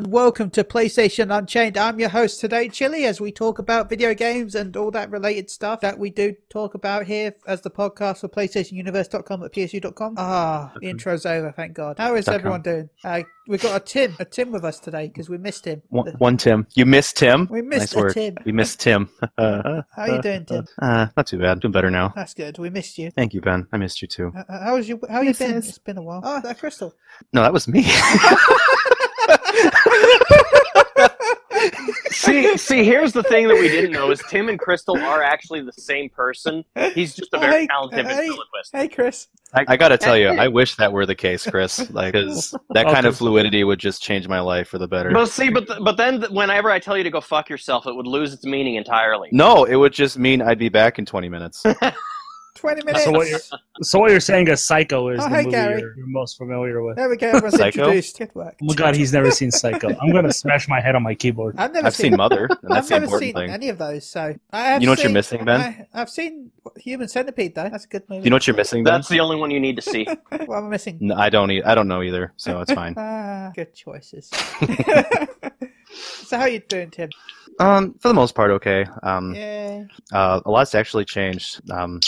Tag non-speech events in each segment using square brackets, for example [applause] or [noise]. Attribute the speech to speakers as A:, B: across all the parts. A: and welcome to PlayStation Unchained. I'm your host today, Chili, as we talk about video games and all that related stuff that we do talk about here as the podcast for PlayStationUniverse.com at PSU.com. Ah, the intro's over, thank God. How is
B: Dot com.
A: everyone doing? Uh, we've got a Tim, a Tim with us today because we missed him.
B: One, one Tim. You missed Tim.
A: We missed
B: nice
A: a
B: work.
A: Tim.
B: We missed Tim. [laughs] How
A: How you doing, Tim?
B: Uh, not too bad. Doing better now.
A: That's good. We missed you.
B: Thank you, Ben. I missed you too.
A: Uh, uh, how's you? How you
C: Yes,
A: been?
C: yes.
A: It's been a while. Oh, that crystal.
B: No, that was me. [laughs]
D: see, see, here's the thing that we didn't know is Tim and Crystal are actually the same person. He's just a
A: Hey,
D: very talented
A: hey.
D: ventriloquist.
A: Hey, Chris.
B: I, I gotta tell you, I wish that were the case,
A: [laughs]
B: Chris. Like, 'cause that kind of
C: Okay.
B: fluidity would just change my life for the better.
D: But see, but th- but then th- whenever I tell you to go fuck yourself, it would lose its meaning entirely.
B: No, it would just mean I'd be back in 20
A: [laughs]
B: minutes.
A: 20 minutes.
C: So what you're- So what you're saying is Psycho is
A: Oh,
C: the
A: hey,
C: movie
A: Gary.
C: you're, you're most familiar with.
A: There we go. Everyone's
B: Psycho?
A: introduced. Good work.
C: Oh my god, he's never seen Psycho. I'm gonna smash my head on my keyboard.
A: I've never
B: I've seen Mother, and that's
A: I've
B: the
A: never
B: important
A: seen
B: thing.
A: any of those, so I have
B: You know what you're
A: seen-
B: missing, Ben?
A: I, I've seen Human Centipede, though. That's a good movie.
B: Do you know what you're missing, Ben?
D: That's the only one you need to see.
A: [laughs] what am I missing?
B: No, I don't. E- I don't know either, so
A: [laughs]
B: it's fine.
A: Ah, good
B: [laughs]
A: choices. [laughs] so how you doing, Tim?
B: Um, for the most part, okay. Um,
A: Yeah.
B: uh, a lot's actually changed. Um,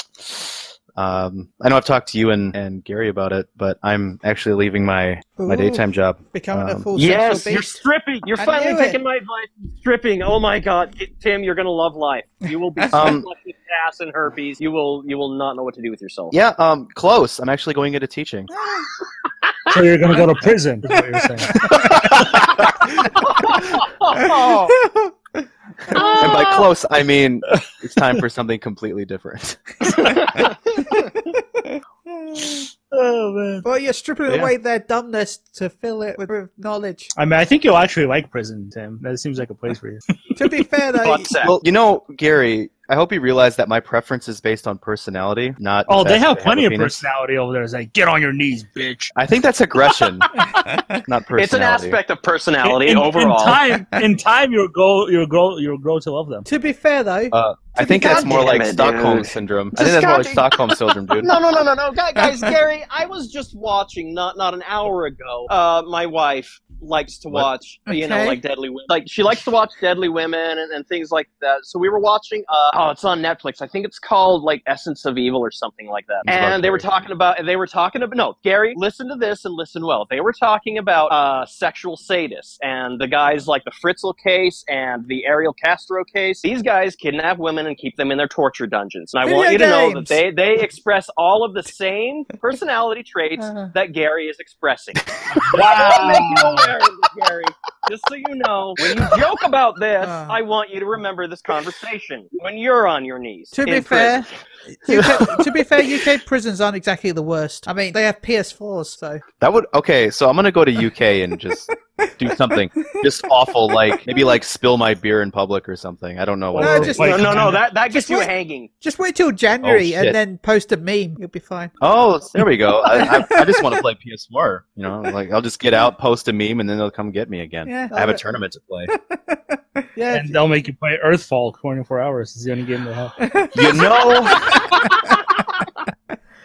B: um, I know I've talked to you and, and Gary about it, but I'm actually leaving my, my
A: Ooh,
B: daytime job.
A: Becoming a
B: um,
A: full
D: yes,
A: sexual
D: you're
A: beast.
D: stripping. You're
A: I
D: finally
A: knew
D: taking
A: it.
D: my advice. Stripping. Oh my god, T- Tim, you're gonna love life. You will be
B: Um,
D: um, stuck with ass and herpes. You will you will not know what to do with yourself.
B: Yeah, um, close. I'm actually going into teaching.
D: Ah.
C: So you're gonna go to prison. Is what you're saying.
B: And by close, I
D: [laughs]
B: mean it's time for something completely different.
C: Oh man.
A: [laughs] well, you're stripping
B: Yeah.
A: away their dumbness to fill it with, with knowledge.
C: I mean, I think you'll actually like prison, Tim. That seems like a place for you.
A: to be fair, though,
D: Butt sex.
B: Well, you know, Gary, I hope you realize that my preference is based on personality, not. the
C: Oh, they
B: fact
C: have
B: that I
C: plenty
B: a
C: of
B: penis.
C: personality over there. It's like, get on your knees, bitch.
B: I think that's
C: [laughs]
B: aggression, not personality.
D: It's an aspect of personality
C: In- in,
D: overall.
C: In time, in time, you'll go, you'll grow, you'll grow to
A: [laughs]
C: love them.
A: to be fair, though,
B: Uh, I think that's
D: God
B: more
D: damn
B: like
D: it, dude.
B: Stockholm syndrome. I think that's more like Stockholm syndrome, dude.
D: No, no, no, no, no,
B: [laughs]
D: Guy- guys, Gary. I was just watching not not an hour ago. Uh, my wife likes to
B: What?
D: watch, you know,
A: Okay.
D: like Deadly Women. Like she likes to watch Deadly Women and, and things like that. So we were watching. Uh, oh, it's on Netflix. I think it's called like Essence of Evil or something like that.
B: It's about
D: And they were
B: Gary.
D: talking about. They were talking about. No, Gary, listen to this and listen well. They were talking about uh, sexual sadists and the guys like the Fritzl case and the Ariel Castro case. These guys kidnap women and keep them in their torture dungeons. And I
A: Video
D: want you to know that
A: games.
D: they they, they express all of the same personality traits
A: Uh.
D: that Gary is [laughs] expressing.
C: Wow.
D: Gary, just so you know, when [laughs] you joke about this,
A: Uh.
D: I want you to remember this conversation when you're on your knees.
A: To be
D: in
A: fair,
D: prison.
A: UK, to be
B: [laughs]
A: fair, UK prisons aren't exactly the worst. I mean, they have PS4s, so
B: That would okay. So I'm gonna go to UK and just do something just awful, like maybe like spill my beer in public or something. I don't know what.
A: No,
B: it
A: just-
B: is.
C: Wait,
D: no, no, no, that that
A: Just
D: gets you
A: wait.
D: hanging.
A: just wait till January
B: Oh, shit.
A: and then post a meme. You'll be fine.
B: oh, there we go. I, I, I just want to play PS4. You know, like I'll just get out, post a meme, and then they'll come get me again.
A: Yeah.
B: I have a tournament to
A: [laughs]
B: play.
A: Yeah.
C: And they'll make you play Earthfall 24 hours. It's the only game they have.
B: You know.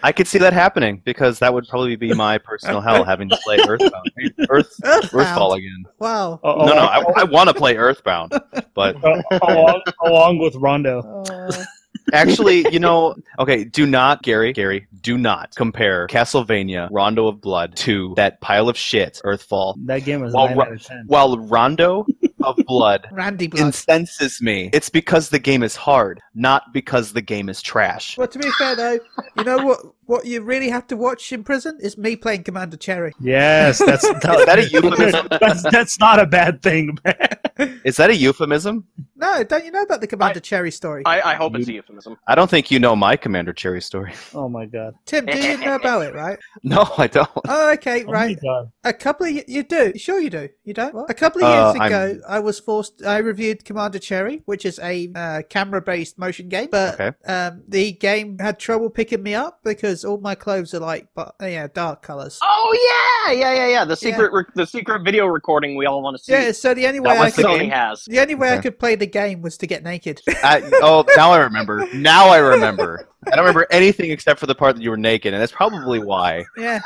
B: I could see that happening because that would probably be my personal hell having to play Earthbound, Earth, Earthfall again.
A: Wow.
C: Oh,
B: No, no,
C: [laughs]
B: I, I want to play Earthbound, but
C: oh, along, along with Rondo.
A: Uh,
B: Actually, you know, okay, do not, Gary, Gary, do not compare Castlevania Rondo of Blood to that pile of shit, Earthfall.
C: That game is
B: Well,
C: 9
B: Ro-
C: out of 10.
B: While Rondo
A: [laughs]
B: of Blood [laughs]
A: Randy Blood.
B: incenses me, it's because the game is hard, not because the game is trash.
A: Well, to be fair though, you know what? What you really have to watch in prison is me playing Commander Cherry.
C: Yes, [laughs]
B: [laughs]
C: that's
B: Is that a euphemism?
C: that's, that's not a bad thing. man.
B: Is that a euphemism?
A: No, don't you know about the Commander Cherry story?
D: I, I hope it's a euphemism.
B: I don't think you know my Commander Cherry story. [laughs]
C: Oh my god.
A: Tim, do you know about it, right?
B: No, I don't.
A: Oh, okay,
C: Oh
A: right.
C: my god.
A: A couple of y- you do sure you do you don't a couple of
B: Uh,
A: years
B: I'm-
A: ago I was forced I reviewed Commander Cherry which is a uh, camera based motion game but
B: Okay.
A: um, the game had trouble picking me up because all my clothes are like but yeah dark colors
D: Oh yeah, yeah, yeah, yeah. The secret, rec the secret video recording we all want to see.
A: yeah so the only way
D: that
A: I
D: one
A: could
D: Sony has.
A: the only way I
B: Okay.
A: could play the the game was to get
B: [laughs]
A: naked.
B: I, oh, now I remember. Now I remember. I don't remember anything except for the part that you were naked, and that's probably why.
A: yeah.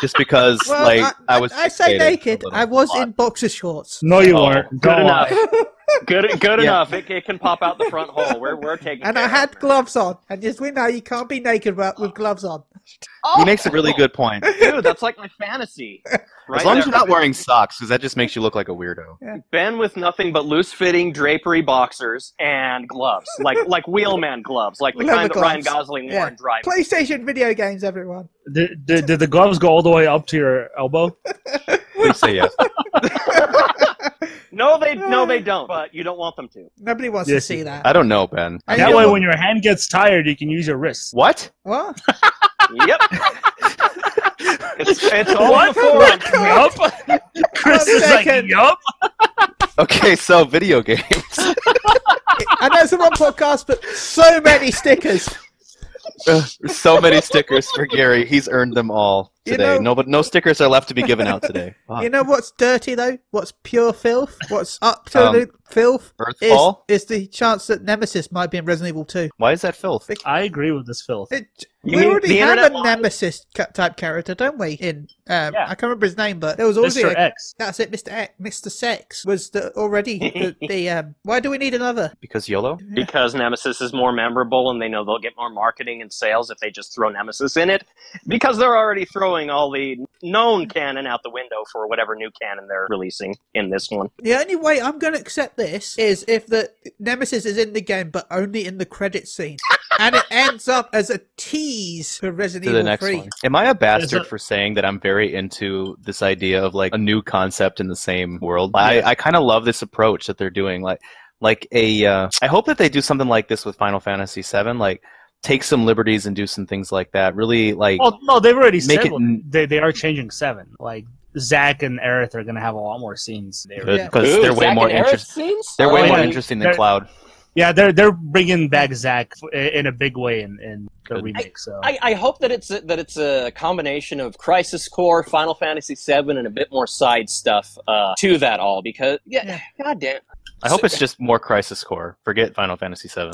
B: Just because,
A: Well,
B: like,
A: I,
B: I, was.
A: I say
B: fixated
A: naked.
B: a little
A: I was
B: lot.
A: in boxer
B: [laughs]
A: shorts.
C: No, you
B: Oh,
C: weren't.
B: good
C: Don't
D: enough.
C: lie.
D: Good, good
B: Yeah.
D: enough. It, it can pop out the front hole. We're we're taking.
A: And
D: care
A: I
D: of
A: had
D: it.
A: gloves on. And just we know you can't be naked with with gloves on.
B: He makes a really good [laughs] point.
D: Oh, Dude, that's like my
A: [laughs]
D: fantasy. Right
B: as long as
D: there.
B: you're not wearing socks, because that just makes you look like a weirdo.
D: Ben with nothing but loose fitting drapery boxers and gloves, like like wheelman gloves, like the
A: Leather
D: kind that Ryan
A: gloves.
D: Gosling
A: Yeah.
D: wore in Drive.
A: PlayStation video games, everyone.
C: Did, did, did the gloves go all the way up to your elbow?
B: Please say yes.
D: No, they no they don't. But you don't want them to.
A: Nobody wants
C: Yes,
A: to see
C: you-
A: that.
B: I don't know, Ben.
A: I
C: that
A: know-
C: way, when your hand gets tired, you can use your wrist.
B: What?
A: What? [laughs]
D: Yep. it's, it's all
C: What?
D: before. I'm
C: Yup. Chris
A: One
C: is like,
A: second.
C: yup.
B: Okay, so video games. [laughs]
A: I know it's a one podcast, but so many stickers.
B: so many stickers for Gary. He's earned them all
A: You
B: today.
A: know-
B: no, but no stickers are left to be given
A: [laughs]
B: out today. Fuck.
A: You know what's dirty though? What's pure filth? What's
B: Um,
A: absolute filth? Is,
B: Earthfall?
A: is the chance that Nemesis might be in Resident Evil 2.
B: Why is that filth?
C: I agree with this filth.
A: It, we
D: You mean
A: already
D: the
A: have a
D: internet lies?
A: Nemesis ca- type character, don't we? In um,
D: Yeah.
A: I can't remember his name, but there was already
C: Mr.
A: a,
C: X.
A: that's it, Mr. X, Mr. Sex was the, already the, the um. Why do we need another?
B: Because YOLO?
D: because Nemesis is more memorable and they know they'll get more marketing and sales if they just throw Nemesis in it because they're already throwing all the known canon out the window for whatever new canon they're releasing in this one.
A: The only way I'm going to accept this is if the Nemesis is in the game, but only in the credit scene, and it ends up as a tease for Resident
B: To the
A: Evil
B: next
A: 3.
B: one. Am I a bastard
C: Is it-
B: for saying that I'm very into this idea of like a new concept in the same world? I, I kind of love this approach that they're doing. Like, like a. Uh, I hope that they do something like this with Final Fantasy VII. Like, take some liberties and do some things like that. Really, like.
C: Well, Oh, no, they've already
B: Make
C: said
B: it
C: one.
B: n-
C: they they are changing seven. Like Zach and Aerith are gonna have a lot more scenes. They
A: Good.
C: were-
A: Yeah.
B: uh, because they're way more interesting. They're
C: Oh,
B: way more
C: yeah.
B: interesting than
C: They're-
B: Cloud.
C: Yeah, they're they're bringing back Zach f- in a big way in, in the
B: Good.
C: remake. So
D: I, I hope that it's a, that it's a combination of Crisis Core, Final Fantasy VII, and a bit more side stuff uh, to that all because yeah,
A: Yeah.
D: goddamn. [laughs]
B: I hope it's just more Crisis Core. Forget Final Fantasy
D: [laughs]
B: VII.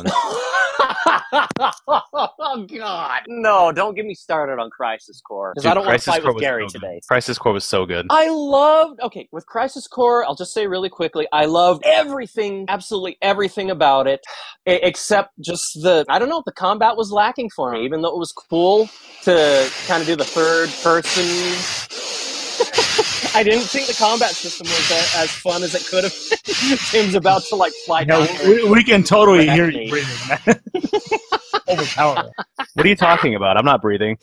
D: oh God! No, don't get me started on Crisis Core because
B: Dude,
D: I don't want to
B: Crisis
D: fight
B: Core
D: with
B: was
D: Gary
B: so good.
D: today.
B: Crisis Core was so good.
D: [laughs] I loved okay with Crisis Core. I'll just say really quickly, I loved everything, absolutely everything about it, e- except just the I don't know. The combat was lacking for me, even though it was cool to kind of do the third person. [laughs] I didn't think the combat system was a, as fun as it could have. been. [laughs] Tim's about to like fly
C: No,
D: down. there.
C: we, we can totally
D: Correct
C: hear
D: me.
C: you breathing. man. Overpower.
B: What are you talking about? I'm not breathing.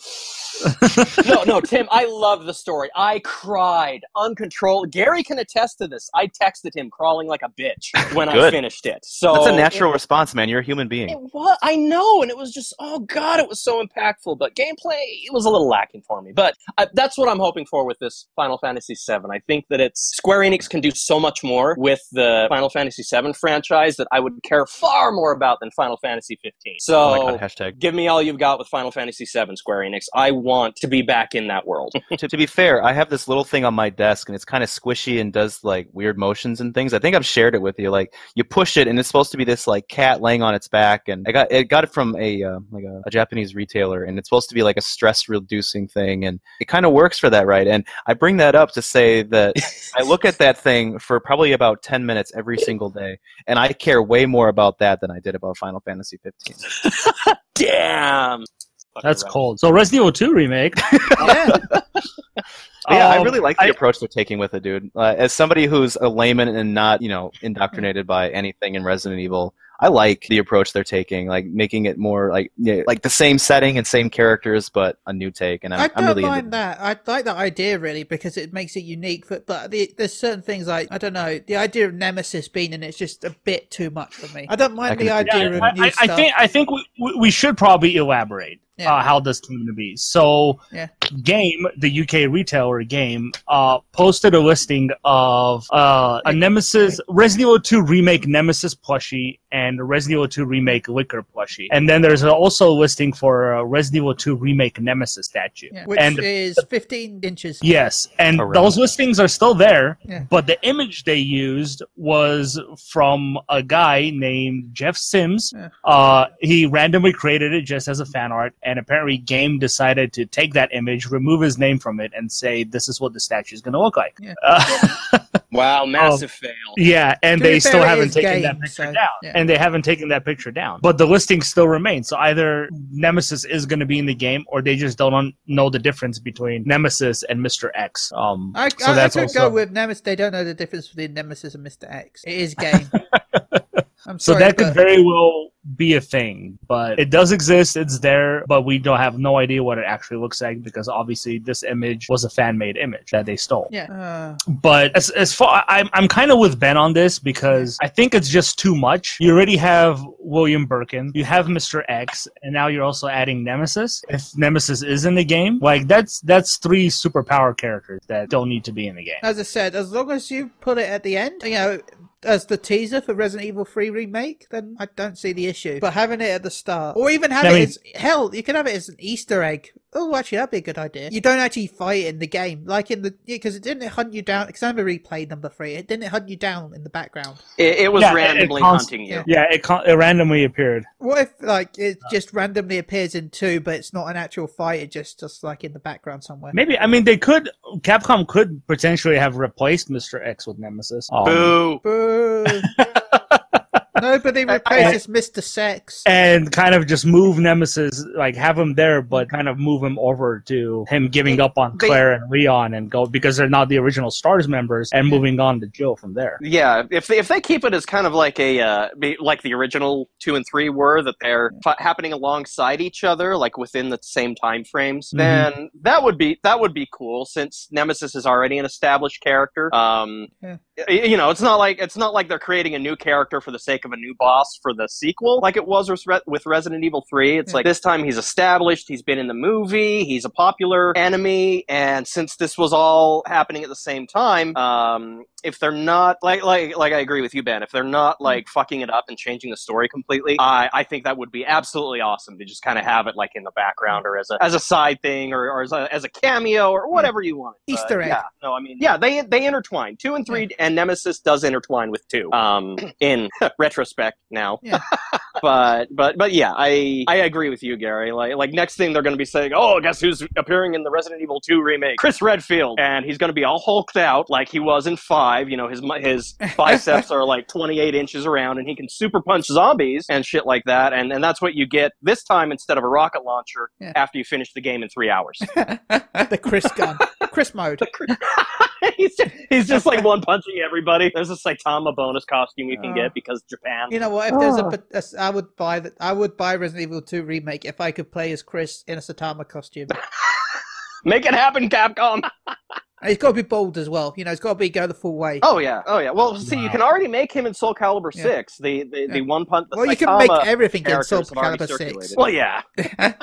D: no, no, Tim, I love the story. I cried uncontrolled. Gary can attest to this. I texted him crawling like a bitch when I
B: Good.
D: finished it. So
B: That's a
D: it-
B: natural response, man. You're a human
D: It
B: being.
D: was. I know, and it was just. Oh God, it was so impactful. But gameplay, it was a little lacking for me. But uh, that's what I'm hoping for with this Final Fantasy VII. I think that it's Square Enix can do so much more with the Final Fantasy VII franchise that I would care far more about than Final Fantasy 15. So.
B: Oh, my God, hashtag.
D: Give me all you've got with Final Fantasy VII, Square Enix. I want to be back in that world.
B: to, to be fair, I have this little thing on my desk and it's kind of squishy and does like weird motions and things. I think I've shared it with you. Like you push it and it's supposed to be this like cat laying on its back. And I got it got it from a uh, like a, a Japanese retailer and it's supposed to be like a stress reducing thing. And it kind of works for that, right? And I bring that up to say that I look at that thing for probably about ten minutes every single day, and I care way more about that than I did about Final Fantasy 15.
D: Damn.
C: That's cold. So Resident Evil 2 remake.
A: Yeah.
B: But yeah, I
C: Um,
B: really like the
C: I-
B: approach they're taking with it, dude. Uh, as somebody who's a layman and not, you know, indoctrinated by anything in Resident Evil, I like the approach they're taking, like making it more like yeah, like the same setting and same characters, but a new take. And I'm,
A: I
B: I'm
A: don't
B: really into
A: mind that. I like that idea really because it makes it unique. But but the, there's certain things like I don't know the idea of Nemesis being in it's just a bit too much for me. I don't mind
B: I can
A: the
B: agree.
A: idea
C: Yeah,
A: of
C: I,
A: new
C: I- I
A: stuff.
C: think I think we, we- we should probably elaborate
A: Yeah.
C: uh, how this came to be. So,
A: Yeah.
C: Game, the UK retailer Game, uh, posted a listing of uh, a Nemesis Resident Evil 2 remake Nemesis plushie and a Resident Evil 2 remake Liquor plushie, and then there's also a listing for a Resident Evil 2 remake Nemesis statue.
A: Yeah. Which
C: and
A: is 15 inches.
C: Yes, and
B: Around.
C: those listings are still there,
A: Yeah.
C: but the image they used was from a guy named Jeff Sims.
A: Yeah.
C: Uh, he randomly created it just as a fan art, and apparently, Game decided to take that image, remove his name from it, and say, "This is what the statue is going to look like."
A: Yeah.
C: Uh, [laughs]
D: Wow, massive fail.
C: yeah, and
A: To be
C: they
A: fair,
C: still
A: it
C: haven't
A: is
C: taken
A: Game,
C: that picture
A: so,
C: down.
A: yeah.
C: And they haven't taken that picture down. But the listing still remains. So either Nemesis is going to be in the game, or they just don't un- know the difference between Nemesis and Mr. X. Um,
A: I,
C: so
A: I,
C: that's
A: I could
C: also.
A: go with Nemesis. They don't know the difference between Nemesis and Mr. X. It
B: [laughs]
A: is game. I'm
C: so
A: sorry.
C: that could
A: but-
C: very well be a thing, but it does exist. It's there, but we don't have no idea what it actually looks like because obviously this image was a fan made image that they stole.
A: Yeah. Uh,
C: but as, as far I'm, I'm kind of with Ben on this because I think it's just too much. You already have William Birkin, you have Mr. X, and now you're also adding Nemesis. If Nemesis is in the game, like that's that's three superpower characters that don't need to be in
A: [laughs]
C: the game.
A: as I said, as long as you put it at the end, you know, as the teaser for Resident Evil 3 remake, then I don't see the issue. But having it at the start, or even have
C: I
A: it
C: mean-
A: as hell, you can have it as an Easter egg. Oh, actually, that'd be a good idea. You don't actually fight in the game, like in the because it didn't hunt you down. Because I remember replay number three, it didn't hunt you down in the background.
D: It, it was
C: Yeah, it- it
D: randomly
C: const-
D: hunting you.
C: Yeah, it, con- it randomly appeared.
A: What if like it just randomly appears in two, but it's not an actual fight? It just just like in the background somewhere.
C: Maybe I mean they could. Capcom could potentially have replaced Mr. X with Nemesis.
A: Oh.
D: Boo.
C: Um,
A: Boo. Nobody replaces Mr. Sex.
C: and kind of just move Nemesis, like have him there, but kind of move him over to him giving up on
A: They-
C: Claire and Leon and go because they're not the original Stars members, and moving on to Jill from there.
D: Yeah, if they, if they keep it as kind of like a uh, be- like the original two and three were that they're fa- happening alongside each other, like within the same time frames,
C: Mhm.
D: then that would be that would be cool since Nemesis is already an established character. Um,
A: Yeah.
D: y- you know, it's not like it's not like they're creating a new character for the sake of a new boss for the sequel, like it was with, Re- with Resident Evil Three. It's
A: Yeah.
D: like this time he's established, he's been in the movie, he's a popular enemy, and since this was all happening at the same time, um, if they're not like like like I agree with you, Ben. If they're
A: Hmm.
D: not like fucking it up and changing the story completely, I I think that would be absolutely awesome to just kind of have it like in the
A: Hmm.
D: background or as a as a side thing or, or as a as a cameo or whatever you want.
A: Hmm.
D: But,
A: Easter egg.
D: Yeah. No, I mean yeah, they they intertwine two and three, and Nemesis does intertwine with two. [clears throat] Um, in retrospect now,
A: Yeah.
D: [laughs] but but but yeah, I I agree with you, Gary. Like like next thing they're gonna be saying, oh, guess who's appearing in the Resident Evil Two remake? Chris Redfield, and he's gonna be all hulked out like he was in Five. You know, his mu- [laughs] his biceps are like 28 inches around, and he can super punch zombies and shit like that. And and that's what you get this time instead of a rocket launcher
A: Yeah.
D: after you finish the game in three
A: [laughs]
D: hours.
A: the Chris gun. Chris mode.
D: [laughs] he's just, he's just [laughs] like one punching everybody. There's a Saitama bonus costume you can
A: Oh.
D: get because Japan.
A: You know what? If
D: Oh.
A: there's a pot- a, s- I would buy that. I would buy Resident Evil 2 remake if I could play as Chris in a Satama
D: [laughs]
A: costume.
D: Make it happen, Capcom. [laughs]
A: And it's got to be bold as well. You know, it's got to be go the full way.
D: Oh yeah, oh yeah. Well, see, you
C: Wow.
D: can already make him in Soul Calibur
A: Yeah.
D: Six. The the,
A: Yeah.
D: the one punch. The
A: well, you can
D: Saitama
A: make everything in
D: characters
A: Soul
D: have already
A: Calibur 6.
D: circulated. Well, yeah.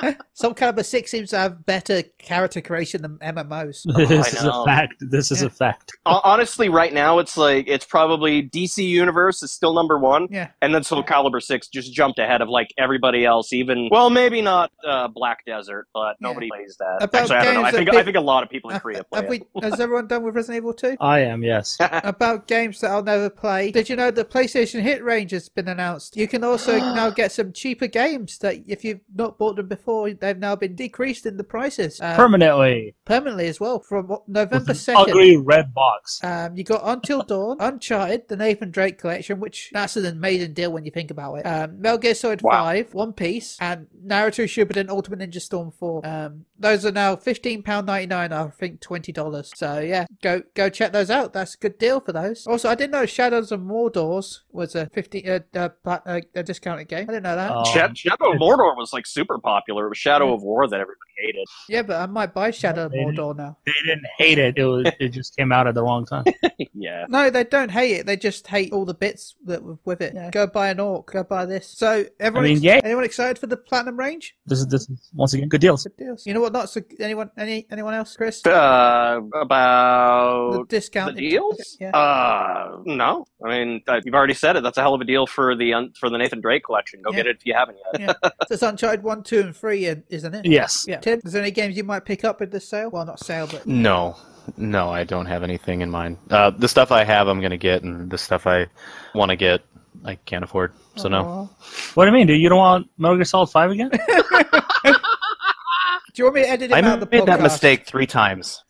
A: [laughs]
D: [laughs]
A: Soul Calibur 6 seems to have better character creation than
D: [laughs]
A: MMOs.
C: this is
D: know.
C: a fact. This is
A: Oh, Yeah.
C: a fact.
D: Hon- Honestly, right now it's like it's probably DC Universe is still number one,
A: Yeah.
D: and then Soul Calibur Six just jumped ahead of like everybody else. Even well, maybe not uh, Black Desert, but
A: Yeah.
D: nobody plays that.
A: About
D: Actually, I don't know.
A: games
D: I
A: that
D: think
A: peop-
D: I think a lot of people in
A: Have,
D: Korea play
A: have
D: it.
A: we, has everyone done with Resident Evil 2?
C: I am yes.
A: Uh, About games that I'll never play. Did you know the PlayStation Hit Range has been announced? You can also now get some cheaper games that, if you've not bought them before, they've now been decreased in the prices um,
C: Permanently,
A: permanently as well from what-
C: with
A: November
C: an
A: second.
C: ugly red box.
A: Um, you got Until Dawn, Uncharted, the Nathan Drake collection, which that's an amazing deal when you think about it. Um, Metal Gear Solid
D: Wow.
A: Five, One Piece, and Naruto Shippuden Ultimate Ninja Storm Four. Um, those are now fifteen pound ninety nine. I think twenty dollars. So yeah, go go check those out. That's a good deal for those. Also, I didn't know Shadows of Mordor's was a fifty uh, uh, plat- uh, a discounted game. I didn't know that.
C: Um,
D: Sha- Shadow of Mordor was like super popular. It was Shadow of War that everybody hated.
A: yeah, but I might buy Shadow of
C: Maybe.
A: Mordor now.
C: they didn't hate it. It was, it just came out at the wrong time.
D: yeah.
A: No, they don't hate it. They just hate all the bits that were with it. Go buy an orc. Go buy this. So
C: I
A: everyone,
C: mean, yeah,
A: anyone excited for the platinum range?
C: this is this is, once again good deals.
A: Good deals. You know what? Not so, anyone. Any anyone else, Chris?
D: Uh,
A: the
D: about the
A: discount
D: deals?
A: Yeah.
D: Uh, no. I mean, uh, you've already said it. That's a hell of a deal for the un- for the Nathan Drake collection. Go
A: Yeah.
D: get it if you haven't yet.
A: so it's Uncharted one, two, and three, and isn't it?
C: Yes,
A: Yeah. Tim, is there any games you might pick up with this sale? Well, not sale, but
B: No, no, I don't have anything in mind. Uh, the stuff I have, I'm gonna get, and the stuff I want to get, I can't afford. So no.
A: Aw.
C: What do you mean, dude? You don't want Metal Gear Solid
B: [laughs]
C: Five again?
A: Do you want me to edit him
B: I
A: out of the podcast?
B: made that mistake three times.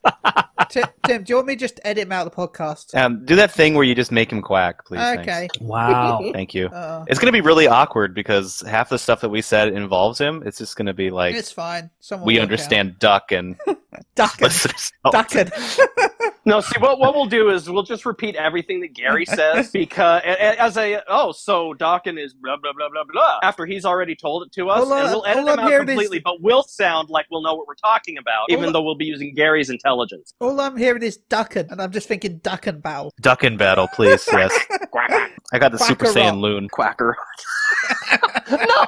A: Tim, Tim, do you want me to just edit him out of the podcast?
B: Um, do that thing where you just make him quack, please. thanks.
A: okay.
C: Wow.
B: Thank you.
A: Uh,
B: It's gonna be really awkward because half the stuff that we said involves him. It's just gonna be like
A: it's fine. Someone
B: we
A: will work
B: understand duck
A: [laughs]
B: and
A: Out.
B: [laughs]
A: Duckin.
B: listeners. don't.
A: Duckin.
D: No, see what what we'll do is we'll just repeat everything that
A: [laughs]
D: Gary says because a- a- as a oh so Dawkins is blah blah blah blah blah after he's already told it to us
A: Hold on,
D: and we'll edit
A: hold
D: him
A: on, here
D: out
A: it is.
D: completely but we'll sound like we'll know what we're talking about even
A: Hold
D: though we'll be using Gary's intelligence.
A: [laughs] All I'm hearing is Duckin, and I'm just thinking Duckin Battle.
B: Duck in battle, please.
A: [laughs]
B: Yes,
D: Quack
B: I got the Super
A: Quack-a-rock.
B: Saiyan Loon.
D: quacker. [laughs] no,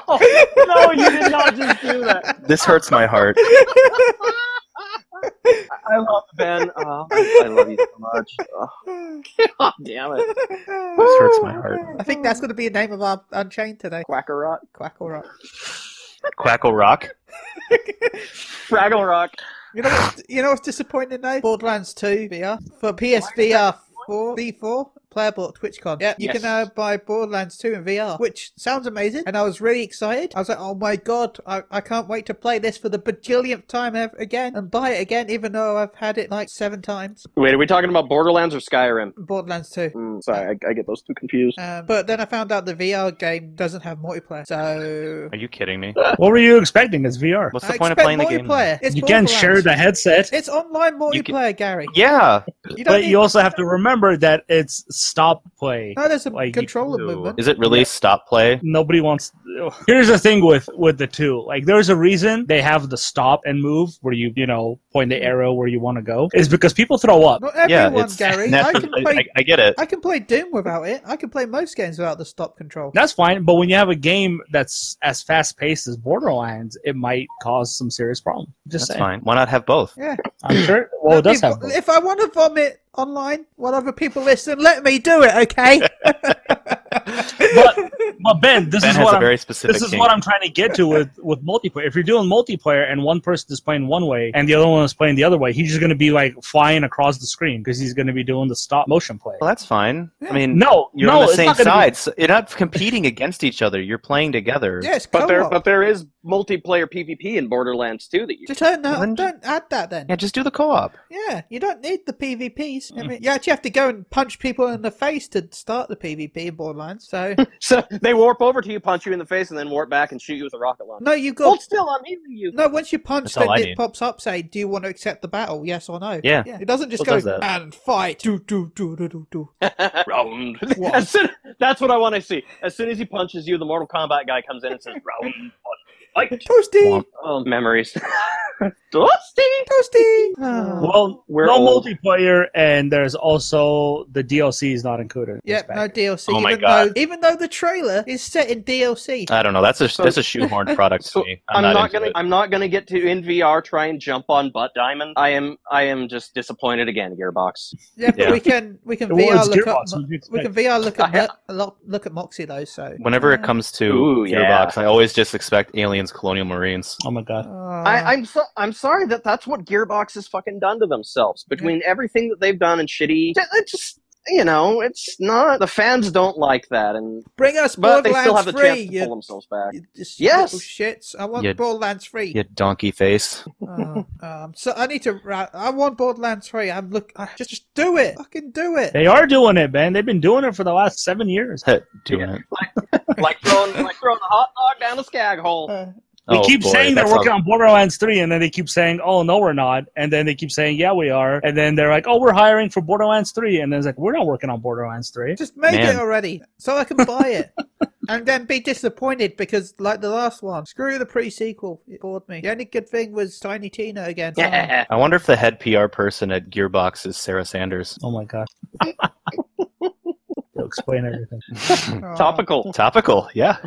D: no, you did not just do that.
B: This hurts my heart.
D: I love Ben. Oh, I love you so much. Oh, God damn it,
A: this
B: hurts my heart.
A: I think that's going to be the name of our Unchained today.
D: Quacker Rock,
A: Quack all right.
B: Quackle Rock.
D: Fraggle Rock.
A: You know what's, you know what's disappointing though? Borderlands 2 VR for PSVR 4 V4 playable at TwitchCon. Yeah, you
D: Yes.
A: can uh, buy Borderlands 2 in VR, which sounds amazing. And I was really excited. I was like, oh my god, I, I can't wait to play this for the bajillionth time ever again and buy it again, even though I've had it like seven times.
D: Wait, are we talking about Borderlands or Skyrim?
A: Borderlands 2.
D: Mm, sorry, I, I get those two confused.
A: Um, but then I found out the VR game doesn't have multiplayer, so
B: Are you kidding me?
C: What were you expecting? It's VR.
B: What's
A: I
B: the point of
A: expect
B: playing the game?
A: multiplayer. It's
C: you can share
A: Borderlands.
C: the headset,
A: It's online
B: You can-
A: multiplayer, Gary.
B: Yeah.
A: You don't
C: but
A: need...
C: you also have to remember that it's stop play.
A: No, there's a
C: like, you
A: controller
C: can do-
A: movement.
B: Is it really stop play?
C: Nobody wants. Here's the thing with with the two. Like, there's a reason they have the stop and move where you you know point the arrow where you want to go. Is because people throw up.
A: Not everyone,
B: yeah, it's [laughs]
A: Gary. I
B: natural-
A: can play.
B: I, I get it.
A: I can play Doom without it. I can play most games without the stop control.
C: That's fine, but when you have a game that's as fast paced as Borderlands, it might cause some serious problems. Just
B: That's
C: saying.
B: fine. Why not have both?
C: I'm sure. Well,
A: Let
C: it
A: me
C: does have.
A: vo-
C: both.
A: If I want to vomit online while other people listen, let me do it.
B: [laughs]
A: Okay.
C: But, but Ben, this
B: ben
C: is
B: has
C: what
B: a
C: I'm
B: very specific.
C: this is
B: game.
C: what I'm trying to get
B: [laughs]
C: to with with multiplayer. If you're doing multiplayer and one person is playing one way and the other one is playing the other way, he's just going to be like flying across the screen because he's going to be doing the stop motion play.
B: Well, that's fine. I mean,
C: No,
B: you're
C: no,
B: on the
C: it's
B: same
C: not gonna
B: side. so you're not competing against each other. You're playing together.
A: yes,
D: But there,
A: co-op.
D: but there is multiplayer PvP in Borderlands too that you.
A: Just don't, no,
B: Well, then-
A: don't add that then.
B: Yeah, Mm. just do the co-op.
A: Yeah, you don't need the PvPs. I mean, you actually have to go and punch people in the face to start the PvP in Borderlands.
B: [laughs]
A: So,
D: So they warp over to you, punch you in the face, and then warp back and shoot you with a rocket launcher.
A: no, you
D: Hold
A: got.
D: still, I'm healing you.
A: No, once you punch,
B: That's all
A: then
B: I
A: it
B: need.
A: pops up saying, "Do you want to accept the battle? Yes or no?"
B: Yeah.
A: It doesn't just
B: Well, does
A: go
B: that.
A: and fight. Do do do do do do.
D: round.
A: What?
D: [laughs] As soon, that's what I want to see. As soon as he punches you, the Mortal Kombat guy comes in and says, "Round one, fight."
A: Toasty,
B: Womp.
D: Oh, memories. [laughs] Dusty.
B: [laughs]
A: toasty. Ah.
C: Well,
D: We're
C: no
D: old.
C: multiplayer, and there's also the DLC is not included. in this
A: Yep, no
C: package.
A: DLC.
B: Oh my
A: even
B: God. Uh,
A: Though, even though the trailer is set in DLC.
B: I don't know. That's a
D: So-
B: that's a
D: [laughs]
B: shoehorned product
D: so
B: to me.
D: I'm,
B: not,
D: not
B: into
D: gonna.
B: it.
D: I'm not gonna get to in VR try and jump on Butt Diamond. I am. I am just disappointed again. Gearbox.
A: yeah, but
B: Yeah.
A: we can we can
C: Well,
A: VR
C: it's
A: look
C: Gearbox,
A: up.
C: what do you
A: We can
C: expect?
A: VR look at
D: I ha-
A: Mo- a lot look at Moxie though. So
B: Whenever it comes to
D: Ooh, yeah.
B: Gearbox, I always just expect aliens, colonial marines.
C: Oh my god.
A: Ah. Uh.
D: I, I'm so I'm sorry that that's what Gearbox has fucking done to themselves. Between everything that they've done and shitty, it just you know, it's not the fans don't like that, and
A: bring us
D: but they still
A: Borderlands
D: have a
A: free.
D: chance to pull
A: You,
D: themselves
A: [laughs]
D: back.
A: you just
D: Yes.
A: little shits. I want
B: You-
A: Borderlands free.
B: You donkey face. [laughs]
A: Oh, um, so I need to. ra- I want Borderlands free. I'm look. I, just just do it. Fucking do it.
C: They are doing it, man. They've been doing it for the last seven years.
B: Doing it.
D: Like throwing like throwing a hot dog down a skag hole.
A: Uh,
C: They
B: Oh,
C: keep
B: boy,
C: saying they're
B: that's
C: working
B: all-
C: on Borderlands 3, and then they keep saying, oh, no, we're not. And then they keep saying, yeah, we are. And then they're like, oh, we're hiring for Borderlands 3. And then it's like, we're not working on Borderlands 3.
A: Just make it
B: Man.
A: already, so I can buy it, and then be disappointed because, like the last one, screw the pre-sequel. It bored me. The only good thing was Tiny Tina again. Ah.
B: I wonder if the head PR person at Gearbox is Sarah Sanders.
C: Oh, my God. They'll explain everything.
A: Ah.
D: [laughs] [laughs] Topical.
B: Topical, yeah.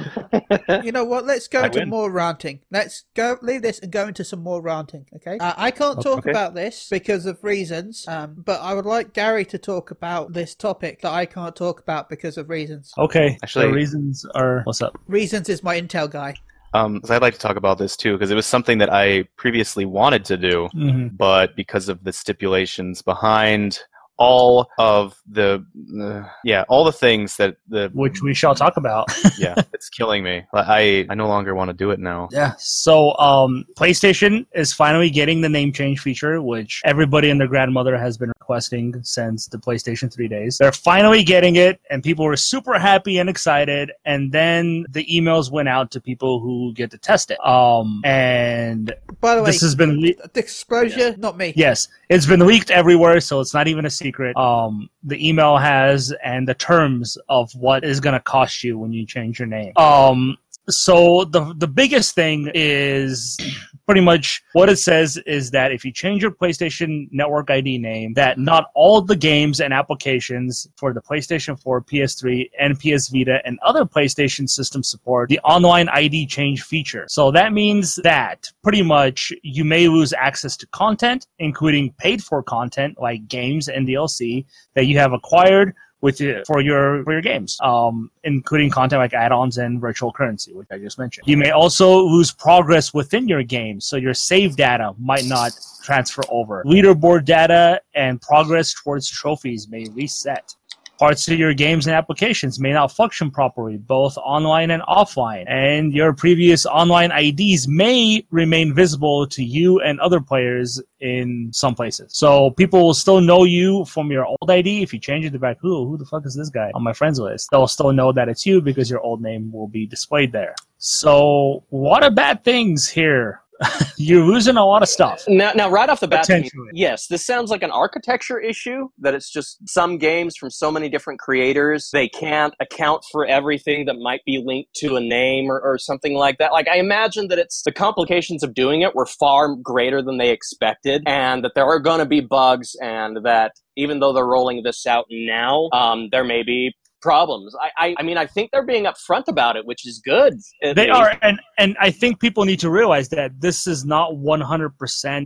A: You know what? Let's go
D: I
A: into
D: win.
A: more ranting. Let's go leave this and go into some more ranting. Okay. Uh, I can't talk
D: Okay.
A: about this because of reasons, um, but I would like Gary to talk about this topic that I can't talk about because of reasons.
D: Oh.
C: Okay.
B: Actually-
C: the reasons are what's up?
A: Reasons is my intel guy.
B: Um, 'cause I'd like to talk about this too because it was something that I previously wanted to do,
C: Mm-hmm.
B: but because of the stipulations behind all of the uh, yeah all the things that the
C: Which we shall talk about. [laughs]
B: yeah [laughs] it's killing me i i no longer want to do it now
C: Yeah. So, um, PlayStation is finally getting the name change feature, which everybody and their grandmother has been requesting since the PlayStation 3 days. They're finally getting it, and people were super happy and excited. And then the emails went out to people who get to test it. Um, and
A: By the way,
C: this has been. le-
A: disclosure, not me.
C: Yes, it's been leaked everywhere, so it's not even a secret. Um, the email has and the terms of what is going to cost you when you change your name. Um, so the the biggest thing is pretty much what it says is that if you change your PlayStation Network ID name, that not all the games and applications for the PlayStation 4, PS3, and PS Vita and other PlayStation systems support the online ID change feature. So that means that pretty much you may lose access to content, including paid for content like games and DLC that you have acquired with your, uh, for your for your games, um, including content like add-ons and virtual currency, which I just mentioned. You may also lose progress within your game, so your save data might not transfer over. Leaderboard data and progress towards trophies may reset. Parts of your games and applications may not function properly, both online and offline, and your previous online IDs may remain visible to you and other players in some places. So people will still know you from your old ID. If you change it, they're like, who, who the fuck is this guy on my friends list? They'll still know that it's you because your old name will be displayed there. So, a lot of bad things here. [laughs] You're losing a lot of stuff.
D: Now, now, right off the bat, to me,
C: Potentially.
D: yes, this sounds like an architecture issue. That it's just some games from so many different creators, they can't account for everything that might be linked to a name or, or something like that. Like, I imagine that it's the complications of doing it were far greater than they expected, and that there are going to be bugs, and that even though they're rolling this out now, um, there may be problems. I, I, I mean, I think they're being upfront about it, which is good. at
C: They
D: least.
C: are, and and I think people need to realize that this is not 100%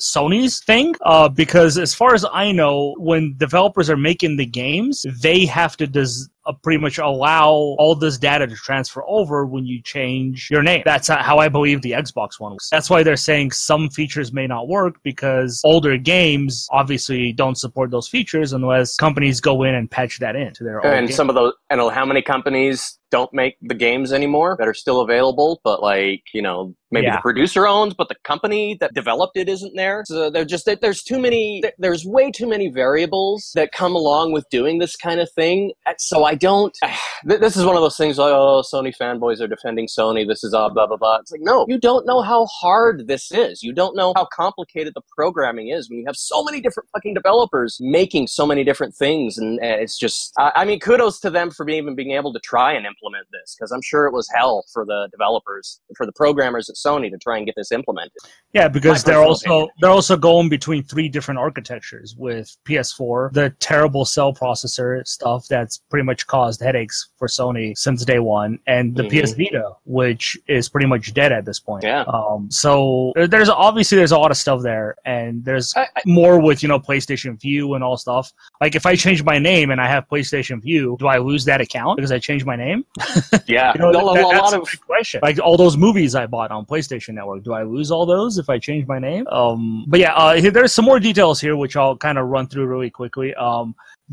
C: Sony's thing, uh, because as far as I know, when developers are making the games, they have to des- uh, pretty much allow all this data to transfer over when you change your name. That's how I believe the Xbox One was. That's why they're saying some features may not work because older games obviously don't support those features unless companies go in and patch that into their own.
D: and some of those and how many companies don't make the games anymore that are still available but like you know maybe
C: Yeah.
D: the producer owns but the company that developed it isn't there so they're just that there's too many there- there's way too many variables that come along with doing this kind of thing Uh, so i don't th- this is one of those things like oh sony fanboys are defending sony this is all blah blah blah it's like no you don't know how hard this is you don't know how complicated the programming is when you have so many different fucking developers making so many different things and uh, it's just I, I mean kudos to them for being, even being able to try and implement this because i'm sure it was hell for the developers for the programmers at sony to try and get this
C: [laughs]
D: implemented
C: Yeah, because
D: My
C: they're
D: personal
C: also they're also going between three different architectures with PS4, the terrible cell processor stuff that's pretty much caused headaches for Sony since day one, and the
D: Mhm.
C: PS Vita, which is pretty much dead at this point.
D: Yeah.
C: Um. So there- there's obviously there's a lot of stuff there, and there's
D: I- I-
C: more with you know PlayStation View and all stuff. Like if I change my name and I have PlayStation View, do I lose that account because I changed my name?
D: yeah
C: You know,
D: a,
C: that-
D: a- a
C: that- that's
D: lot
C: a
D: of
C: big question. Like all those movies I bought on PlayStation Network, do I lose all those if I change my name? Um, but yeah, uh, here- there's some more details here, which I'll kind of run through really quickly. Um,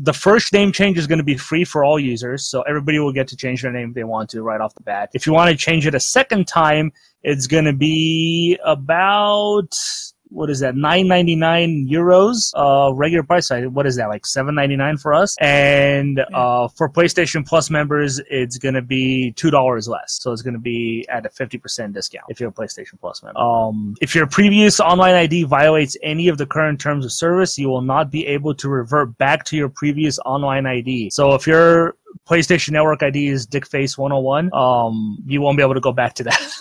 C: the first name change is going to be free for all users, so everybody will get to change their name if they want to right off the bat. If you want to change it a second time, it's going to be about what is that? Nine ninety nine euros. Uh, regular price. I- What is that? Like seven ninety nine for us. And uh, for PlayStation Plus members, it's gonna be two dollars less. So it's gonna be at a fifty percent discount if you're a PlayStation Plus member. Um, if your previous online ID violates any of the current terms of service, you will not be able to revert back to your previous online ID. So if your PlayStation Network ID is DickFace101. Um, you won't be able to go back to that.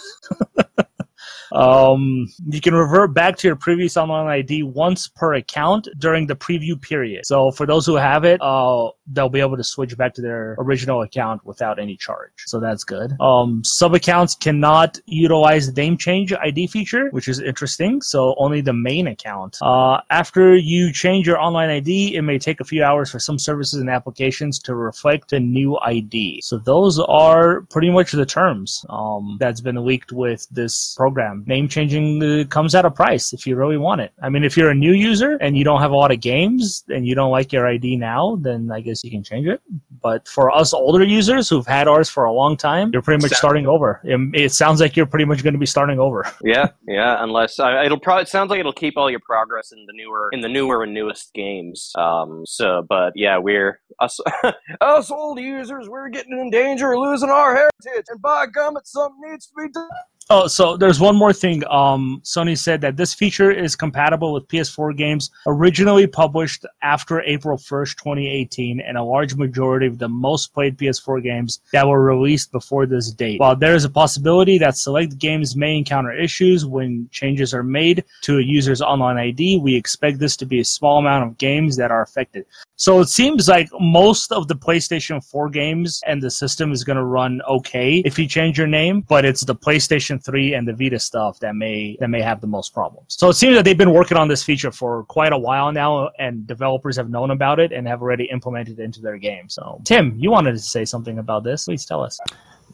C: Um, you can revert back to your previous online ID once per account during the preview period. So for those who have it, uh, they'll be able to switch back to their original account without any charge. So that's good. Um, sub accounts cannot utilize the name change ID feature, which is interesting. So only the main account. Uh, after you change your online ID, it may take a few hours for some services and applications to reflect the new ID. So those are pretty much the terms um, that's been leaked with this program. Name changing uh, comes at a price if you really want it. I mean, if you're a new user and you don't have a lot of games and you don't like your ID now, then I guess you can change it. But for us older users who've had ours for a long time, you're pretty much
D: Sounds-
C: starting over. It, it sounds like you're pretty much going to be starting over.
D: Yeah, yeah. Unless I it'll probably it sounds like it'll keep all your progress in the newer in the newer and newest games. Um. So, but yeah, we're us [laughs] us old users. We're getting in danger of losing our heritage, and by gum, it something needs to be done.
C: Oh, so there's one more thing. Um, Sony said that this feature is compatible with PS4 games originally published after April 1st, 2018, and a large majority of the most played PS4 games that were released before this date. While there is a possibility that select games may encounter issues when changes are made to a user's online ID, we expect this to be a small amount of games that are affected. So it seems like most of the PlayStation 4 games and the system is going to run okay if you change your name, but it's the PlayStation 3 and the Vita stuff that may that may have the most problems. So it seems that they've been working on this feature for quite a while now and developers have known about it and have already implemented it into their game. So Tim, you wanted to say something about this. Please tell us.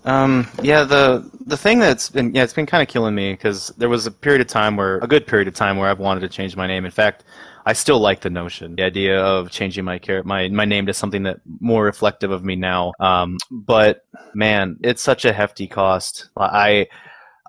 B: Um, yeah, the the thing that's been yeah, it's been kind of killing me because there was a period of time where a good period of time where I've wanted to change my name. In fact, I still like the notion, the idea of changing my char- my my name to something that more reflective of me now. Um, but man, it's such a hefty cost. I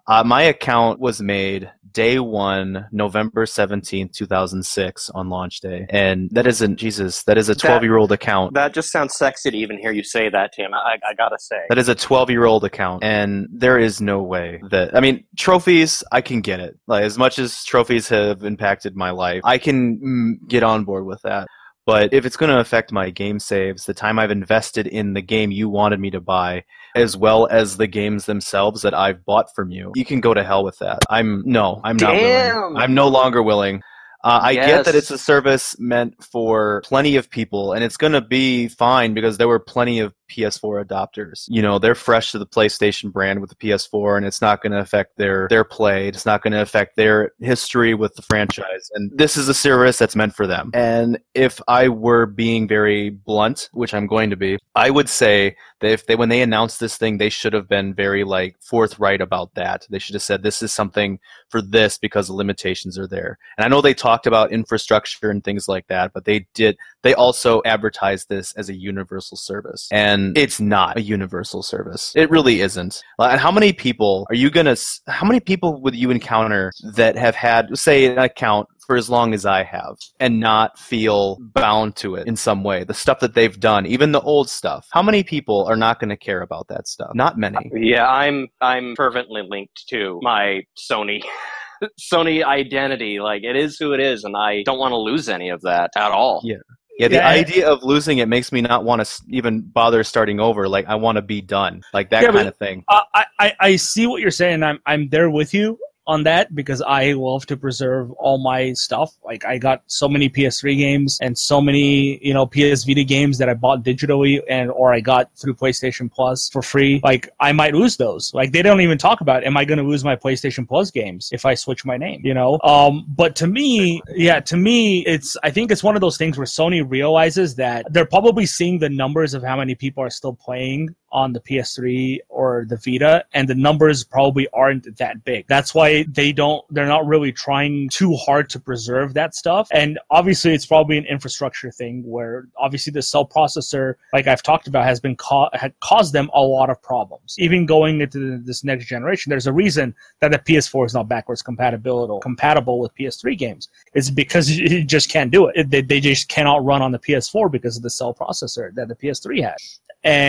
B: uh, my account was made day one, November seventeenth, two thousand six, on launch day, and that isn't Jesus. That is a
D: That-
B: twelve year old account.
D: That just sounds sexy to even hear you say that, Tim. I, I gotta say.
B: That is a 12 year old account, and there is no way that I mean trophies. I can get it. Like as much as trophies have impacted my life, I can mm, get on board with that. But if it's going to affect my game saves, the time I've invested in the game you wanted me to buy, as well as the games themselves that I've bought from you, you can go to hell with that. I'm no, I'm not
D: Damn.
B: willing. I'm no longer willing. Uh, I get that
D: Yes.
B: it's a service meant for plenty of people, and it's going to be fine because there were plenty of PS4 adopters. You know, they're fresh to the PlayStation brand with the PS4, and it's not going to affect their their play. It's not going to affect their history with the franchise. And this is a service that's meant for them. And if I were being very blunt, which I'm going to be, I would say that if they when they announced this thing, they should have been very like forthright about that. They should have said this is something for this because the limitations are there. And I know they talked about infrastructure and things like that, but they did they also advertised this as a universal service. And it's not a universal service. It really isn't. Uh, And how many people are you going to how many people would you encounter that have had say an account for as long as I have and not feel bound to it in some way? The stuff that they've done, even the old stuff. How many people are not going to care about that stuff? Not many.
D: Yeah, I'm I'm fervently linked to my Sony [laughs] Sony identity. Like it is who it is, and I don't want to lose any of that at all.
B: Yeah. Yeah, the
C: Yeah.
B: idea of losing it makes me not want to even bother starting over. Like I want to be done, like that
C: Yeah, but-
B: kind of thing.
C: I, Uh, I- I, I see what you're saying. I'm I'm there with you on that because I love to preserve all my stuff. Like I got so many PS3 games and so many you know PS Vita games that I bought digitally and or I got through PlayStation Plus for free. Like I might lose those. Like they don't even talk about am I going to lose my PlayStation Plus games if I switch my name? You know. Um. But to me, yeah, to me, it's I think it's one of those things where Sony realizes that they're probably seeing the numbers of how many people are still playing on the PS3 or the Vita, and the numbers probably aren't that big. That's why they don't, they're not really trying too hard to preserve that stuff. And obviously, it's probably an infrastructure thing where obviously the cell processor, like I've talked about, has been ca- had caused them a lot of problems. Even going into this next generation, there's a reason that the PS4 is not backwards compatible compatible with PS3 games. It's because you just can't do it. They, they just cannot run on the PS4 because of the cell processor that the PS3 has.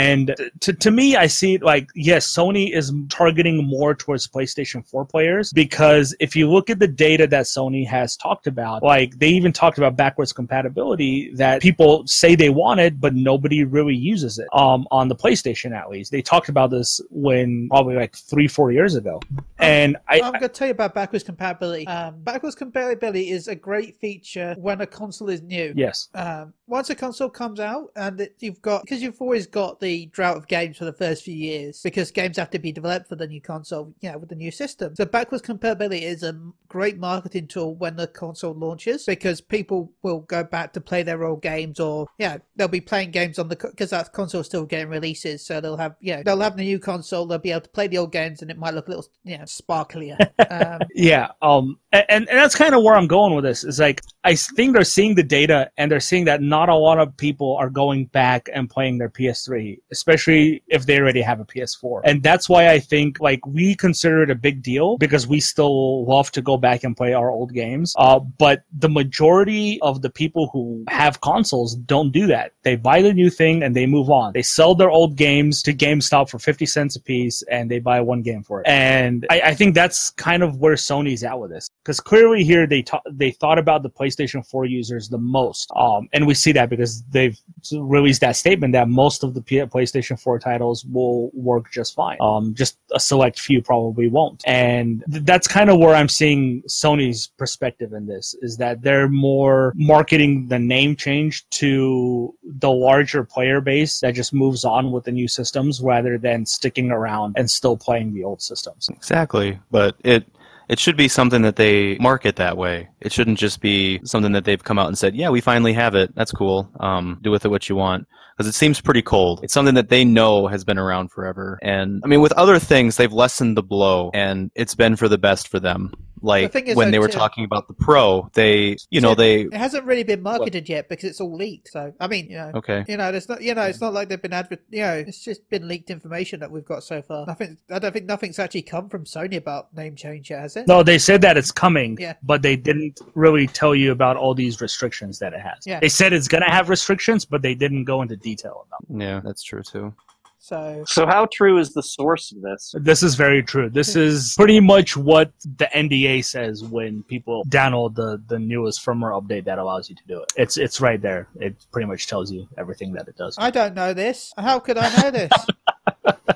C: And to, to me, I see it like, yes, Sony is targeting more towards PlayStation 4 players because if you look at the data that Sony has talked about, like they even talked about backwards compatibility that people say they want it, but nobody really uses it um, on the PlayStation at least. They talked about this when probably like three, four years ago. And I,
A: I'm going to tell you about backwards compatibility. Um, backwards compatibility is a great feature when a console is new.
C: yes.
A: Um, once a console comes out and it, you've got, because you've always got the drought of games for the first few years, because games have to be developed for the new console, you know, with the new system. So backwards compatibility is a m- great marketing tool when the console launches, because people will go back to play their old games or, yeah, they'll be playing games on the, because that console's still getting releases. So they'll have, yeah, they'll have the new console, they'll be able to play the old games and it might look a little, you know, sparklier. um,
C: Yeah, um, a- and and that's kind of where I'm going with this. Is like I s- think they're seeing the data, and they're seeing that not a lot of people are going back and playing their PS3, especially if they already have a PS4. And that's why I think like we consider it a big deal because we still love to go back and play our old games. Uh, but the majority of the people who have consoles don't do that. They buy the new thing and they move on. They sell their old games to GameStop for 50 cents a piece and they buy one game for it. And I, I think that's kind of where Sony's at with this. Because clearly here they ta- they thought about the PlayStation 4 users the most. Um, and we see that because they've released that statement that most of the P- PlayStation 4 titles will work just fine. Um, just a select few probably won't. And th- that's kind of where I'm seeing Sony's perspective in this is that they're more marketing the name change to the larger player base that just moves on with the new systems rather than sticking around and still playing the old systems.
B: Exactly, but it it should be something that they market that way. It shouldn't just be something that they've come out and said, "Yeah, we finally have it. That's cool. Um, do with it what you want." Because it seems pretty cold. It's something that they know has been around forever, and I mean, with other things, they've lessened the blow, and it's been for the best for them. Like
A: The thing is,
B: when
A: though,
B: they were
A: too-
B: talking about the pro, they, you know,
A: Tim,
B: they
A: It hasn't really been marketed yet because it's all leaked. So I mean, you know,
B: okay.
A: you know, there's not, you know, it's not like they've been adver- you know, it's just been leaked information that we've got so far. Nothing, I don't think nothing's actually come from Sony about name change yet, has it?
C: No, they said that it's coming,
A: Yeah.
C: but they didn't really tell you about all these restrictions that it has.
A: Yeah.
C: They said it's going to have restrictions, but they didn't go into detail about
B: Yeah, that's true too.
A: So
D: So how true is the source of this?
C: it. This is very true. This is pretty much what the NDA says when people download the, the newest firmware update that allows you to do it. It's it's right there. It pretty much tells you everything that it does.
A: I don't know this. How could I know [laughs] this?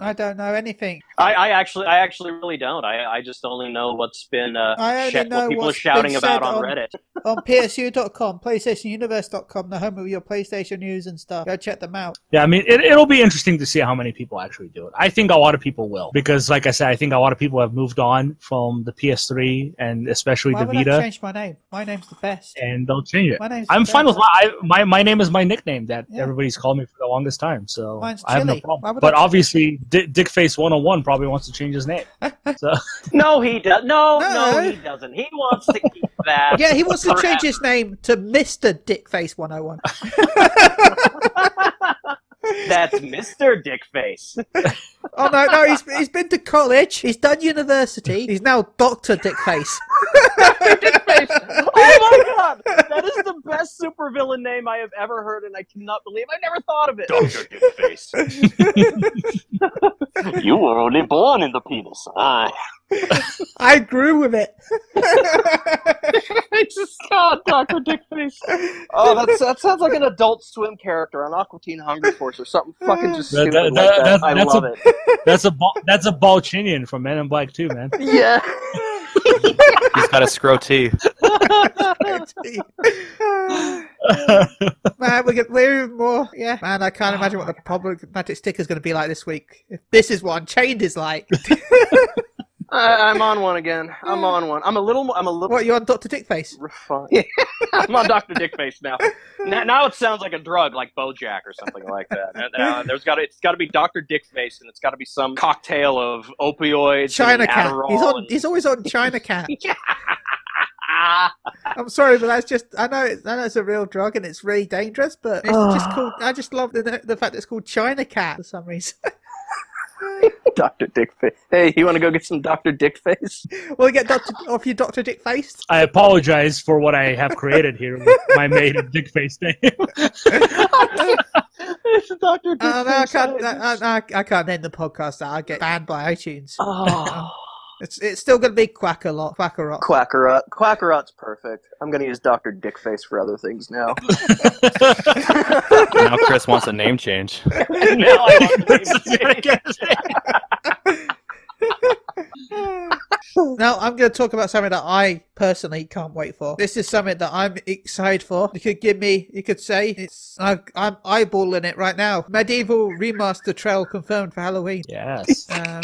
A: I don't know anything.
D: I, I actually, I actually really don't. I, I just only know what's been, uh,
A: I only
D: shat-
A: know
D: what people are
A: what's
D: shouting
A: been
D: about
A: said
D: on
A: on-
D: Reddit.
A: On PSU.com, PlayStationUniverse.com, the home of your PlayStation news and stuff. Go check them out.
C: Yeah, I mean, it, it'll be interesting to see how many people actually do it. I think a lot of people will because, like I said, I think a lot of people have moved on from the PS3 and especially
A: Why
C: the
A: would I
C: Vita,
A: change my name? My name's the best.
C: and they'll change it.
A: My name's. the
C: I'm fine with
A: best.
C: my, I, my my name is my nickname that
A: Yeah.
C: everybody's called me for the longest time, so
A: Mine's
C: I have no
A: Chili. Why
C: problem.
A: would
C: But
A: I-
C: obviously, D- Dickface 101 probably wants to change his
A: [laughs]
C: name. so
D: No, he does. No,
A: No.
D: no, he doesn't. He wants to
A: [laughs]
D: keep that.
A: Yeah, he wants to
D: forever.
A: change his name to Mister Dickface One Hundred One.
D: That's Mr.
A: [laughs]
D: Dickface.
A: Oh no, no, he's he's been to college. He's done university. He's now Doctor Dickface.
D: Dickface. [laughs] Oh my god, that is the best supervillain name I have ever heard, and I cannot believe I never thought of it. Doctor Dickface.
A: [laughs]
D: you were only born in the penis. I.
A: I grew with it.
D: It's just God, Doctor Dickface. Oh, that's, that sounds like an Adult Swim character on Aqua Teen Hunger Force or something [laughs] fucking just
C: That-
D: stupid
C: that-
D: like
C: that-
D: that.
C: that's-
D: I
C: that's
D: love
C: a-
D: it.
C: [laughs] that's a Bal- that's a Balchinian from Men in Black too,
A: [laughs]
C: man.
D: Yeah.
B: He's got a scrotee.
A: [laughs] Man, we get we're even more. Yeah, man, I can't imagine what the public magic sticker is going to be like this week. If this is what Unchained is like.
D: I, I'm on one again. [laughs] I'm on one. I'm a little. mo- I'm a [laughs] little.
A: [laughs] What, you're on Dr. Dickface?
D: refined. I'm on Dr. Dickface now. now. Now it sounds like a drug, like BoJack or something like that. Uh, Uh, there's got to it's got to be Dr. Dickface, and it's got to be some cocktail of opioids,
A: China
D: and
A: Cat.
D: Adderall
A: He's on.
D: and-
A: He's always on China
D: [laughs]
A: Cat.
D: Ah,
A: I'm sorry, but that's just. I know. It's, I know it's a real drug and it's really dangerous, but it's
D: [sighs]
A: just called. I just love the the fact that it's called China Cat for some reason.
D: Dr. Dickface. Hey, you want to go get some Dr. [laughs] Dickface?
A: we'll get Doctor off your Doctor Dickface.
C: I apologize for what I have created here with my [laughs] made of dick face name.
A: [laughs]
D: it's Dr. Dickface.
A: Uh, no, I can't. I, I, I- I can't end the podcast. Now. I get banned by iTunes.
D: oh,
A: It's it's still gonna be quack a lot, quack a lot.
D: Quackerot. Quackerot's perfect. I'm going to use Dr. Dickface for other things now. [laughs]
B: now Chris wants a name change.
D: now I want
C: This is
D: to
C: what I gotta say.
A: [laughs] Now I'm going to talk about something that I personally can't wait for. This is something that I'm excited for. You could give me, you could say it's. I, I'm eyeballing it right now. Medieval remaster trail confirmed for Halloween.
C: yes.
A: Um,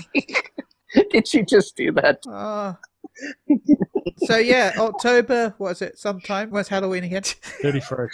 D: Did you just do that?
A: uh, so yeah, October what is it? Sometime when's Halloween again?
C: 31st.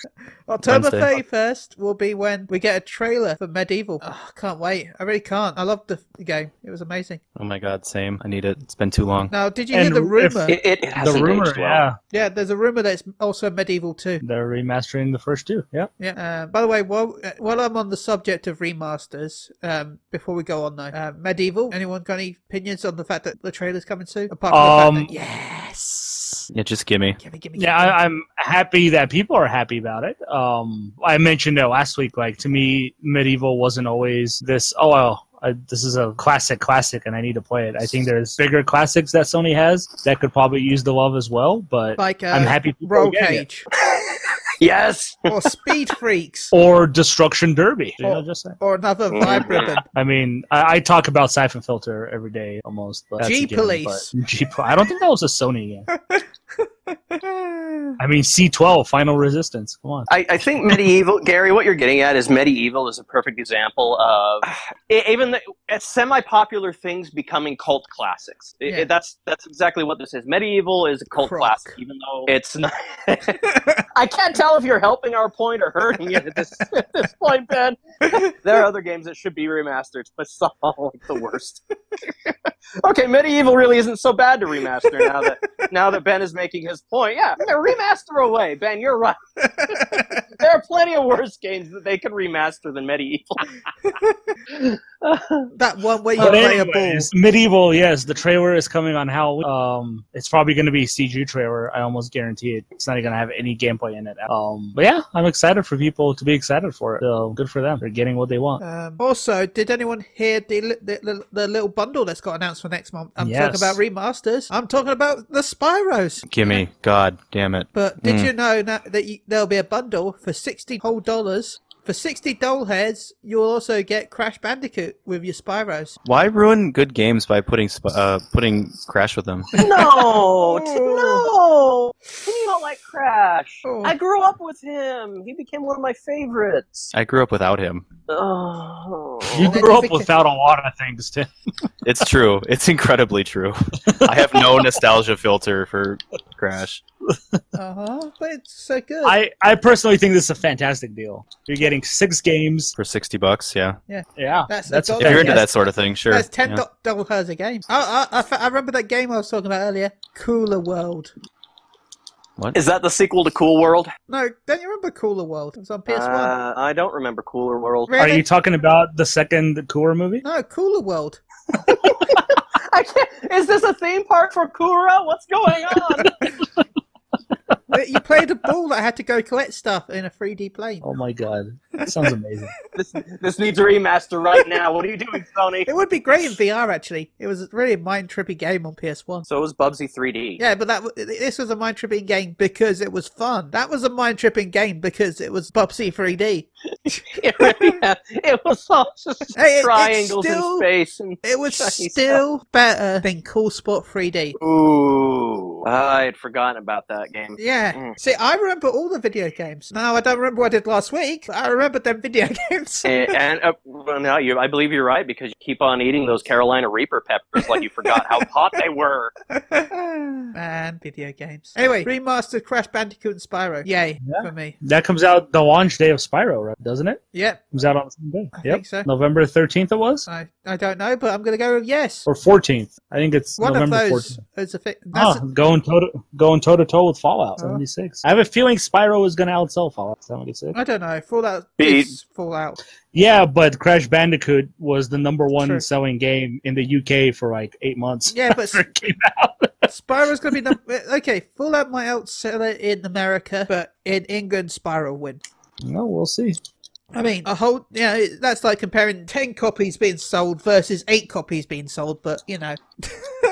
A: October
B: Wednesday.
A: 31st will be when we get a trailer for Medieval. Oh, can't wait. I really can't. I loved the the game. It was amazing.
B: Oh my god, same. I need it. It's been too long.
A: Now, did you hear
C: And
A: the
C: if
A: rumor?
D: It, it, it
C: The
D: hasn't
C: rumor,
D: aged well.
C: yeah.
A: Yeah, there's a rumor that it's also Medieval too.
C: They're remastering the first two. Yeah.
A: Yeah. Uh, by the way, while uh, while I'm on the subject of remasters, um, before we go on though, uh, medieval. Anyone got any opinions on the fact that the trailer's coming soon? Apart from
C: Um,
A: the fact that, yes,
B: Yeah, just gimme.
A: give me, give me,
C: Yeah,
A: give me.
C: I, I'm happy that people are happy about it. Um, I mentioned it last week. Like to me, medieval wasn't always this. Oh well, I, this is a classic, classic, and I need to play it. I think there's bigger classics that Sony has that could probably use the love as well. But
A: like uh,
C: I'm happy. people are
A: Roll
C: getting it.
A: Cage
D: Yes.
A: or Speed
C: [laughs]
A: Freaks
C: or Destruction Derby. You know,
A: Or-
C: just saying.
A: or another Vibe
C: [laughs]
A: Ribbon.
C: I mean, I, I talk about Siphon Filter every day almost. But that's a
A: Gee,
C: given,
A: police.
C: but- Gee, Pol- I don't think that was a Sony game. I mean, C12, Final Resistance. Come on.
D: I, I think medieval, Gary. What you're getting at is medieval is a perfect example of e- even the it's semi-popular things becoming cult classics. I-
A: Yeah.
D: I- that's that's exactly what this is. Medieval is a cult
A: Croc.
D: classic, even though it's not. [laughs] I can't tell if you're helping our point or hurting it at this, at this point, Ben. there are other games that should be remastered, but some are like the worst. [laughs] okay, medieval really isn't so bad to remaster now that [laughs] now that Ben is making his point. Yeah, remaster away, Ben. You're [laughs] right. There are plenty of worse games that they can remaster than Medieval.
A: that one where you
C: But
A: play
C: anyways, medieval, yes. The trailer is coming on Halloween. Um, it's probably going to be CG trailer. I almost guarantee it. It's not even going to have any gameplay in it. Um, but yeah, I'm excited for people to be excited for it. So good for them. They're getting what they
A: a
C: want.
A: ball. Um, also, did anyone hear the, li- the, the the little bundle that's got announced for next month? I'm
C: Yes.
A: talking about remasters. I'm talking about the Spyros.
B: Gimme. God damn it.
A: But did
C: Hmm.
B: Mm.
A: you know that, that you, there'll be a bundle for sixty whole dollars? For sixty doll heads, you'll also get Crash Bandicoot with your Spyros.
B: Why ruin good games by putting sp- uh, putting Crash with them?
C: Oh.
D: No,
A: t-
D: Oh, no. He don't like Crash.
A: Oh.
D: I grew up with him. He became one of my favorites.
B: I grew up without him.
D: Oh.
C: You
A: Then
C: grew
A: you
C: up
A: became-
C: without a lot of
A: [laughs]
C: things, Tim.
B: It's true. It's incredibly true. I have no nostalgia filter for Crash.
A: Uh huh. But it's so good.
C: I, I personally think this is a fantastic deal. You're getting six games.
B: For 60 bucks, yeah.
C: Yeah,
A: That's- that's
B: If you're into
A: Yes.
B: that sort of thing, sure.
A: That's ten
B: Yeah.
A: do- doll heads a game. I, I, I, fa- I remember that game I was talking about earlier, Cooler World.
D: Is that the sequel to Cool World?
A: No, don't you remember Cooler World? It was on PS One.
D: Uh, I don't remember Cooler World.
A: Really?
C: Are you talking about the second Kura movie?
A: no, Cooler World.
D: [laughs] I can't. Is this a theme park for Kura? What's going [laughs] on?
A: you played a ball that had to go collect stuff in a 3D plane.
C: Oh my god, that
A: [laughs]
C: sounds amazing.
D: this this needs a remaster right now. What are you doing, Sony?
A: It would be great in VR actually. It was really a mind trippy game on PS One.
D: So was Bubsy 3D.
A: Yeah, but that w- this was a mind tripping game because it was fun. That was a mind tripping game because it was Bubsy 3D.
D: it, really had- it was all just
A: Hey, it- it's
D: triangles
A: still-
D: in space and [laughs]
A: It was
D: Jeez.
A: still better than Cool Spot 3D.
D: ooh. I had forgotten about that game.
A: Yeah.
D: Mm.
A: See, I remember all the video games. Now I don't remember what I did last week. But I remember them video [laughs] games.
D: Eh, and uh, well, no, you, I believe you're right because you keep on eating those Carolina Reaper peppers like you forgot how hot they were.
A: Man, video games. Anyway, remastered Crash Bandicoot and Spyro. Yay
C: Yeah.
A: for me.
C: That comes out the launch day of Spyro, right? Doesn't it?
A: Yep.
C: Comes out on the same day.
A: I
C: yep.
A: think so.
C: November 13th it was?
A: I, I don't know, but I'm gonna go with yes.
C: Or 14th. I think it's
A: One
C: November
A: of
C: 14th.
A: those is a fi- that's
C: Ah, going toe to, going toe to toe with Fallout
A: Oh.
C: 76. I have a feeling Spyro is going to outsell Fallout 76.
A: a, I don't know. Fallout
D: Beat.
A: is Fallout.
C: Yeah, but Crash Bandicoot was the number one
A: True.
C: selling game in the UK for like eight months.
A: Yeah,
C: [laughs]
A: but
C: after it came out.
A: Spyro's gonna be the okay. Fallout might outsell it in America, but in England, Spyro will win.
C: No, Oh, we'll see.
A: I mean, a whole yeah. You know, that's like comparing ten copies being sold versus eight copies being sold. But you know, [laughs]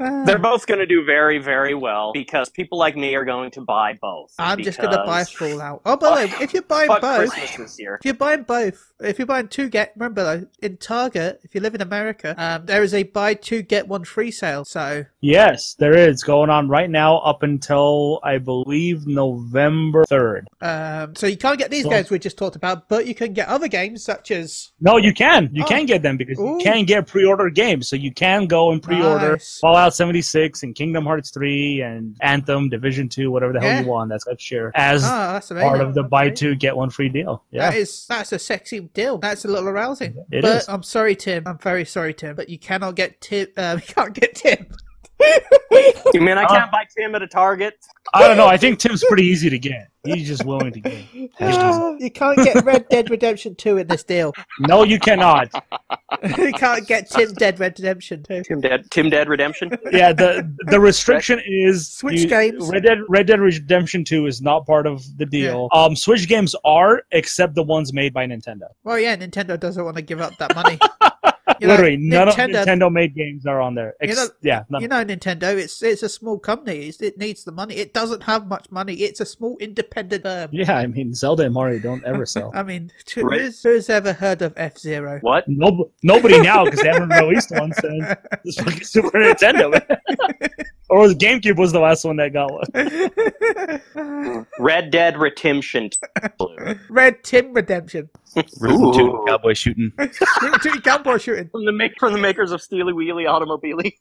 D: They're both going to do very, very well because people like me are going to buy both.
A: I'm just gonna buy
D: because
A: Fallout. Oh, by the way, if you're buying
D: Fuck
A: both,
D: Christmas
A: [laughs]
D: this year.
A: If you're buying both, if you're buying two get, remember though, in Target, if you live in America, um, there is a buy two get one free sale. So
C: Yes, there is going on right now up until I believe November 3rd.
A: Um, so you can't get these
C: Well-
A: games we just talked about, but you can get other games such as
C: No, you can. You
A: Oh.
C: can get them because
A: Ooh.
C: you can get pre-order games. So you can go and pre-order
A: Nice.
C: Fallout 76 and Kingdom Hearts 3 and Anthem, Division 2, whatever the
A: Yeah.
C: hell you want. That's got share as
A: ah, that's amazing.
C: part of the buy two get one free deal. Yeah.
A: That is that's a sexy deal. That's a little arousing.
C: It
A: but
C: is.
A: I'm sorry, Tim. I'm very sorry, Tim. But you cannot get Tim. [laughs] Um, you can't get Tim. [laughs]
D: You mean I
A: Uh,
D: can't buy Tim at a Target?
C: I don't know. I think Tim's pretty easy to get. He's just
A: [laughs]
C: willing to get.
A: Ah, you can't get Red Dead Redemption Two in this deal.
C: No, you cannot.
A: [laughs] you can't get Tim Dead Red Redemption Two.
D: Tim Dead, Tim Dead Redemption.
C: Yeah, the the restriction is
A: Switch
C: you-
A: games.
C: Red Dead Red Dead Redemption Two is not part of the deal. Um, Switch games are, except the ones made by Nintendo.
A: Well, yeah, Nintendo doesn't want to give up that
C: [laughs]
A: money. You know,
C: Literally, none of Nintendo made games are on there. Ex-
A: You know-
C: yeah, none.
A: You know, Nintendo. It's it's a small company. It's, it needs the money. It doesn't have much money. It's a small independent firm.
C: yeah. I mean, Zelda and Mario don't
A: [laughs]
C: ever sell.
A: I mean, to,
D: Right.
A: who's, who's ever heard of F Zero?
D: What?
C: Nob- nobody now because they haven't released one since this fucking Super Nintendo. or was GameCube was the last one that got one.
D: Red Dead Redemption.
A: [laughs] Red Tim Redemption.
B: Rootin' tootin',
D: Ooh.
B: cowboy shooting.
A: Two cowboy shooting.
D: From the make from the makers of Steely Wheelie Automobili.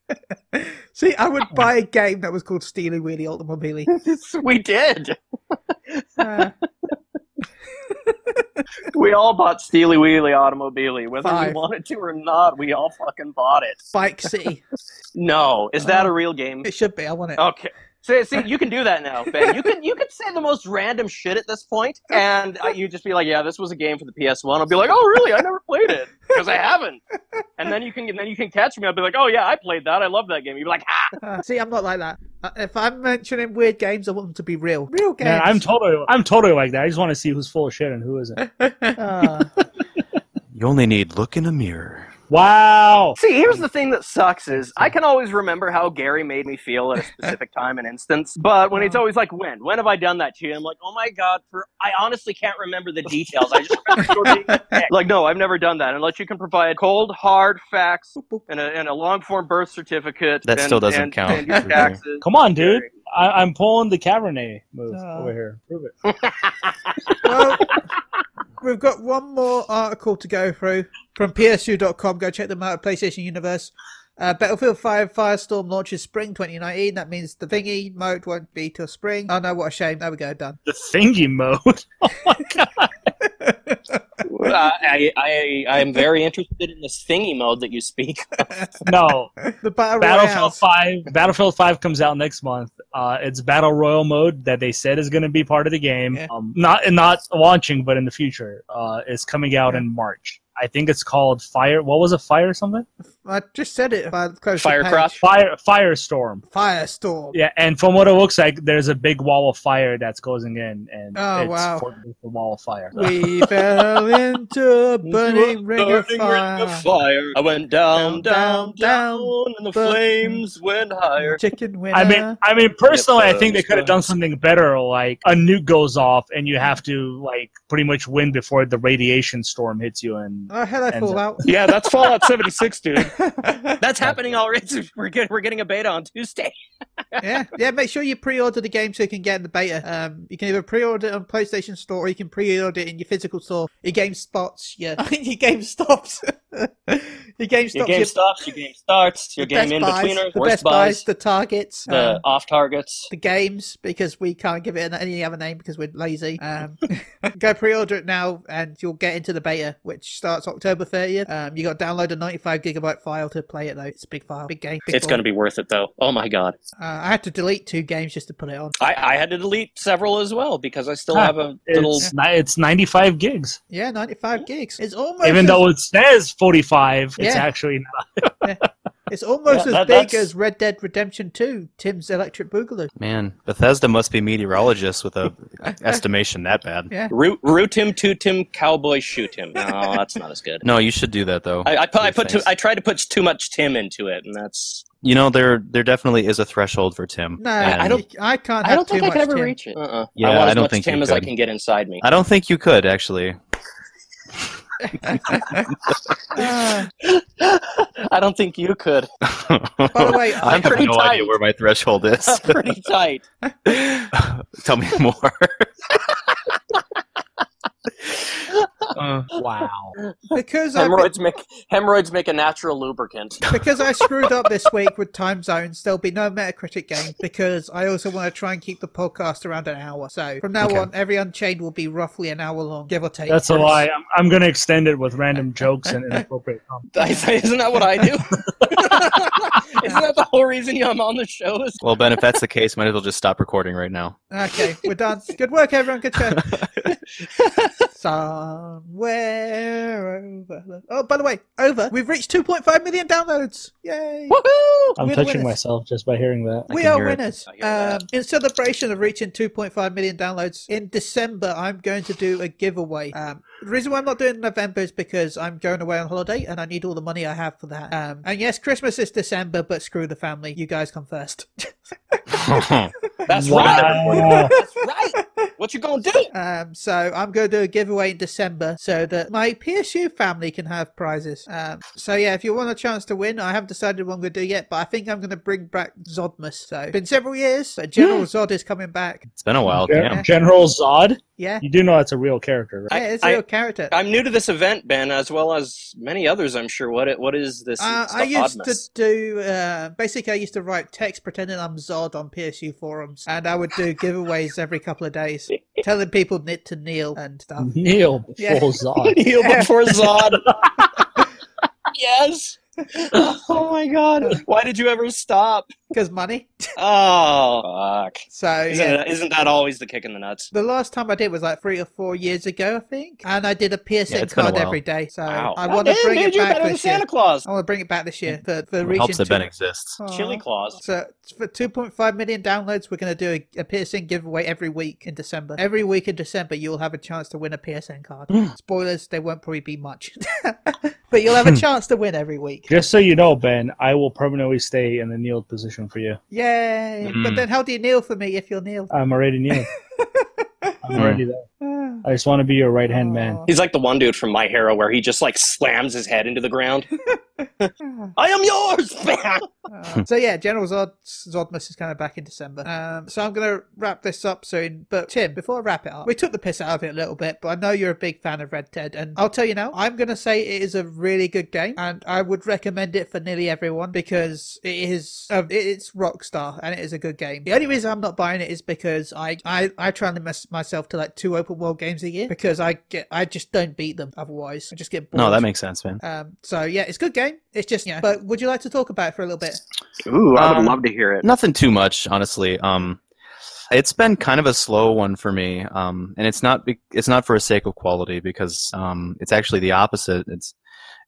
A: See, I would buy a game that was called Steely Wheelie Ultimobili.
D: [laughs] we did.
A: Uh,
D: We all bought Steely Wheelie Automobili, whether
A: Five.
D: we wanted to or not. We all fucking bought it.
A: Bike City.
D: No, is that a real game?
A: It should be. I
E: Oh,
A: want it.
D: Okay. See, see, you can do that now, Ben. You can you can say the most random shit at this point, and uh, you just be like, "Yeah, this was a game for the PS1." I'll be like, "Oh, really? I never played it because I haven't." And then you can and then you can catch me. I'll be like, "Oh yeah, I played that. I love that game." You'll be like, "Ah,
A: Uh, see, I'm not like that. Uh, if I'm mentioning weird games, I want them to be real. Real games.
C: Man, I'm totally, I'm totally like that. I just want to see who's full of shit and who isn't.
A: [laughs] Ah.
B: You only need look in a mirror.
C: Wow.
D: See, here's the thing that sucks is I can always remember how Gary made me feel at a [laughs] specific time and instance, but when he's always like, "When? When have I done that to you?" I'm like, "Oh my god!" For I honestly can't remember the details. I just remember you being [laughs] a dick. like, "No, I've never done that." Unless you can provide cold, hard facts and a, and a long form birth certificate.
B: That
D: and-
B: still doesn't
D: and-
B: count.
D: and your taxes.
C: Come on, dude. I, I'm pulling the Cabernet move
A: Uh.
C: over here. Prove it.
A: well, we've got one more article to go through from PSU.com. Go check them out at PlayStation Universe. Uh, Battlefield 5 Firestorm launches spring 2019. That means the thingy mode won't be till spring. Oh no, what a shame. There we go, done.
C: The thingy mode. [laughs] Oh my god.
D: Uh, I, I I am very interested in this thingy mode that you speak.
C: No.
A: The Battle Royale.
C: Battlefield Five. Battlefield Five comes out next month. Uh, it's battle royal mode that they said is going to be part of the game.
A: Yeah.
C: Um, not not launching, but in the future. Uh, it's coming out in March. I think it's called Fire. What was it? Fire something?
A: I just said it. If I close the page.
D: Firecross.
C: Fire Firestorm.
A: Firestorm.
C: Yeah, and from what it looks like, there's a big wall of fire that's closing in, and
A: Oh,
C: it's
A: wow.
C: forming the wall of fire.
A: We fell into a
C: [laughs]
A: burning ring of
D: Burning
A: fire.
D: ring of fire. I went down,
A: Down,
D: down,
A: down,
D: down, and the
A: down.
D: flames went higher.
A: Chicken winner.
C: I mean, I mean, personally, I
D: but,
C: think they
D: uh,
C: could have done something better. Like a nuke goes off, and you have to like pretty much win before the radiation storm hits you. And
A: oh, hello,
C: Ends up-
A: Fallout.
D: Yeah,
A: [laughs]
D: that's [laughs] Fallout 76, dude. That's happening already. We're getting, we're getting a beta on Tuesday. [laughs]
A: yeah, yeah. Make sure you pre-order the game so you can get in the beta. Um, you can either pre-order it on PlayStation Store or you can pre-order it in your physical store. Your game spots. Your, [laughs] your game stops. [laughs] your game stops.
E: Your game stops, your game starts, your game
A: best
E: in
A: buys,
E: betweeners,
A: the
E: worst
A: best buys,
E: buys,
A: the targets,
E: the
A: um,
E: off targets.
A: the games because we can't give it any other name because we're lazy. Um, go pre-order it now and you'll get into the beta, which starts October 30th. Um, you got to download a 95 gigabyte file to play it though. It's a big file, big game. Big
E: It's going to be worth it though. Oh my god.
A: Uh, I had to delete two games just to put it on.
E: I, I had to delete several as well because I still
A: Ah,
C: Huh.
E: have a little
C: It's, ni- it's 95 gigs.
A: Yeah, 95 gigs. It's almost
C: Even
A: as,
C: though it says 45, it's
A: Yeah.
C: actually not.
A: it's almost
E: Yeah,
A: as
E: that-
A: big
E: that's-
A: as Red Dead Redemption 2, Tim's Electric Boogaloo.
B: Man, Bethesda must be meteorologists
A: [laughs]
B: with a estimation that bad.
A: Yeah.
E: root, root him, toot him, cowboy shoot him.
A: [laughs]
E: No, that's not as good.
B: No, you should do that though.
E: I, I put, I
B: Those
E: put too,
B: things.
E: I tried to put too much Tim into it, and that's
B: you know, there there definitely is a threshold for Tim.
A: No,
B: And
A: I
E: I
A: don't.
E: don't-
A: I can't. Have
E: I don't
A: too
E: think I
A: much
E: could ever
A: Tim.
E: reach it. Uh-uh.
B: Yeah,
E: I want
B: I
E: as
B: don't
E: much
B: think you
E: Tim as I
B: could.
E: can get inside me.
B: I don't think you could actually.
E: [laughs]
A: Ah,
E: I don't think you
D: [laughs]
E: could.
A: by the way, I-
B: [laughs] I have
E: pretty
B: no idea
E: tight.
B: where my
A: [laughs]
B: threshold is.
E: I'm
D: [laughs]
E: pretty tight.
B: [laughs] Tell me
A: [laughs]
B: more.
C: wow.
A: because I
E: Hemorrhoids make hemorrhoids make a natural lubricant.
A: because
C: [laughs]
A: I screwed up this week with time zones, there'll be no Metacritic game because I also want to try and keep the podcast around an hour. So from now
B: Okay.
A: on, every Unchained will be roughly an hour long, give or take.
C: That's a lie. I'm, I'm going to extend it with random jokes and inappropriate comments.
E: I say, Isn't that what I do? Isn't that the whole reason you- I'm on the show? Is
B: well, Ben, if that's the case, might as well just stop recording right now.
A: Okay, we're done. Good work, everyone. Good
E: [laughs]
A: show. Somewhere over. the- Oh, by the way, over. We've reached 2.5 million downloads. Yay!
E: woohoo?
C: I'm
A: We're the
C: touching
A: winners.
C: myself just by hearing that.
B: I
A: we
B: can
A: are
B: hear it.
A: winners.
E: I hear
A: Um,
E: that.
A: in celebration of reaching 2.5 million downloads in December, I'm going to do a giveaway. Um, the reason why I'm not doing it in November is because I'm going away on holiday and I need all the money I have for that. Um, and yes, Christmas is December, but screw the family. You guys come first.
B: [laughs]
E: That's
C: Wow.
E: right. That's right. What you gonna do?
A: Um, so I'm going to do a giveaway in December so that my PSU family can have prizes. Um, so yeah, if you want a chance to win, I haven't decided what I'm going to do yet, but I think I'm going to bring back Zodmus. So it's been several years, but General Zod is coming back.
B: it's been a while.
C: Gen-
B: Damn.
C: General Zod?
A: Yeah,
C: You do know that's a real character, right?
A: yeah it's a
E: I-
A: real character.
E: I'm new to this event, Ben, as well as many others. I'm sure. What it, what is this?
A: Uh,
E: it's
A: I
E: the
A: used
E: oddness.
A: to do uh, basically I used to write text pretending I'm Zod on PSU forums, and I would do giveaways every couple of days, telling people knit to kneel and stuff.
C: Neil
A: Uh,
C: before
A: Yeah.
E: [laughs]
C: Zod.
E: Heal before Zod. [laughs] yes. Oh my God! Why did you ever stop?
A: Because money.
E: Oh, fuck!
A: So
E: Isn't,
A: yeah.
E: that, isn't that always the kick in the nuts?
A: The last time I did was like three or four years ago, I think, and I did a PSN
B: Yeah, it's been a
A: card
B: while.
A: every day. So
E: Wow!
A: I
E: God
A: want to
E: damn,
A: bring
E: dude,
A: it
E: you're
A: back
E: better than
A: this year.
E: Santa Claus.
A: I want to bring it back this year for for
B: It
A: reaching.
B: helps that
A: two- Oh,
B: Ben exists.
A: Aw.
E: Chili claws.
A: So for 2.5 million downloads, we're going to do a, a PSN giveaway every week in December. Every week in December, you'll have a chance to win a PSN card.
E: Hmm.
A: Spoilers, they won't probably be much, [laughs] but you'll
E: Hmm.
A: have a chance to win every week.
C: Just so you know, Ben, I will permanently stay in the Neil position for you.
A: Yay! But
B: Mm.
A: then, how do you kneel for me if you're [sighs] kneel?
C: I'm already Neil. I'm already there. I just want to be your right hand man.
E: He's like the one dude from My Hero where he just like slams his head into the [laughs] ground.
A: [sighs]
E: I am yours, man.
A: Uh, so yeah, General Zod Zodmus is kind of back in December. Um, so I'm gonna wrap this up soon. But Tim, before I wrap it up, we took the piss out of it a little bit, but I know you're a big fan of Red Dead, and I'll tell you now, I'm gonna say it is a really good game, and I would recommend it for nearly everyone because it is uh, it- it's Rockstar and it is a good game. The only reason I'm not buying it is because I I I try and limit myself to like two open world games a year because I get I just don't beat them otherwise. I just get bored.
B: No, that makes sense, man.
A: Um, so yeah, it's a good game. It's just yeah. But would you like to talk about it for a little bit?
D: Ooh, I would
B: Um,
D: love to hear it.
B: Nothing too much, honestly. Um, it's been kind of a slow one for me, um, and it's not be- it's not for a sake of quality because um, it's actually the opposite. It's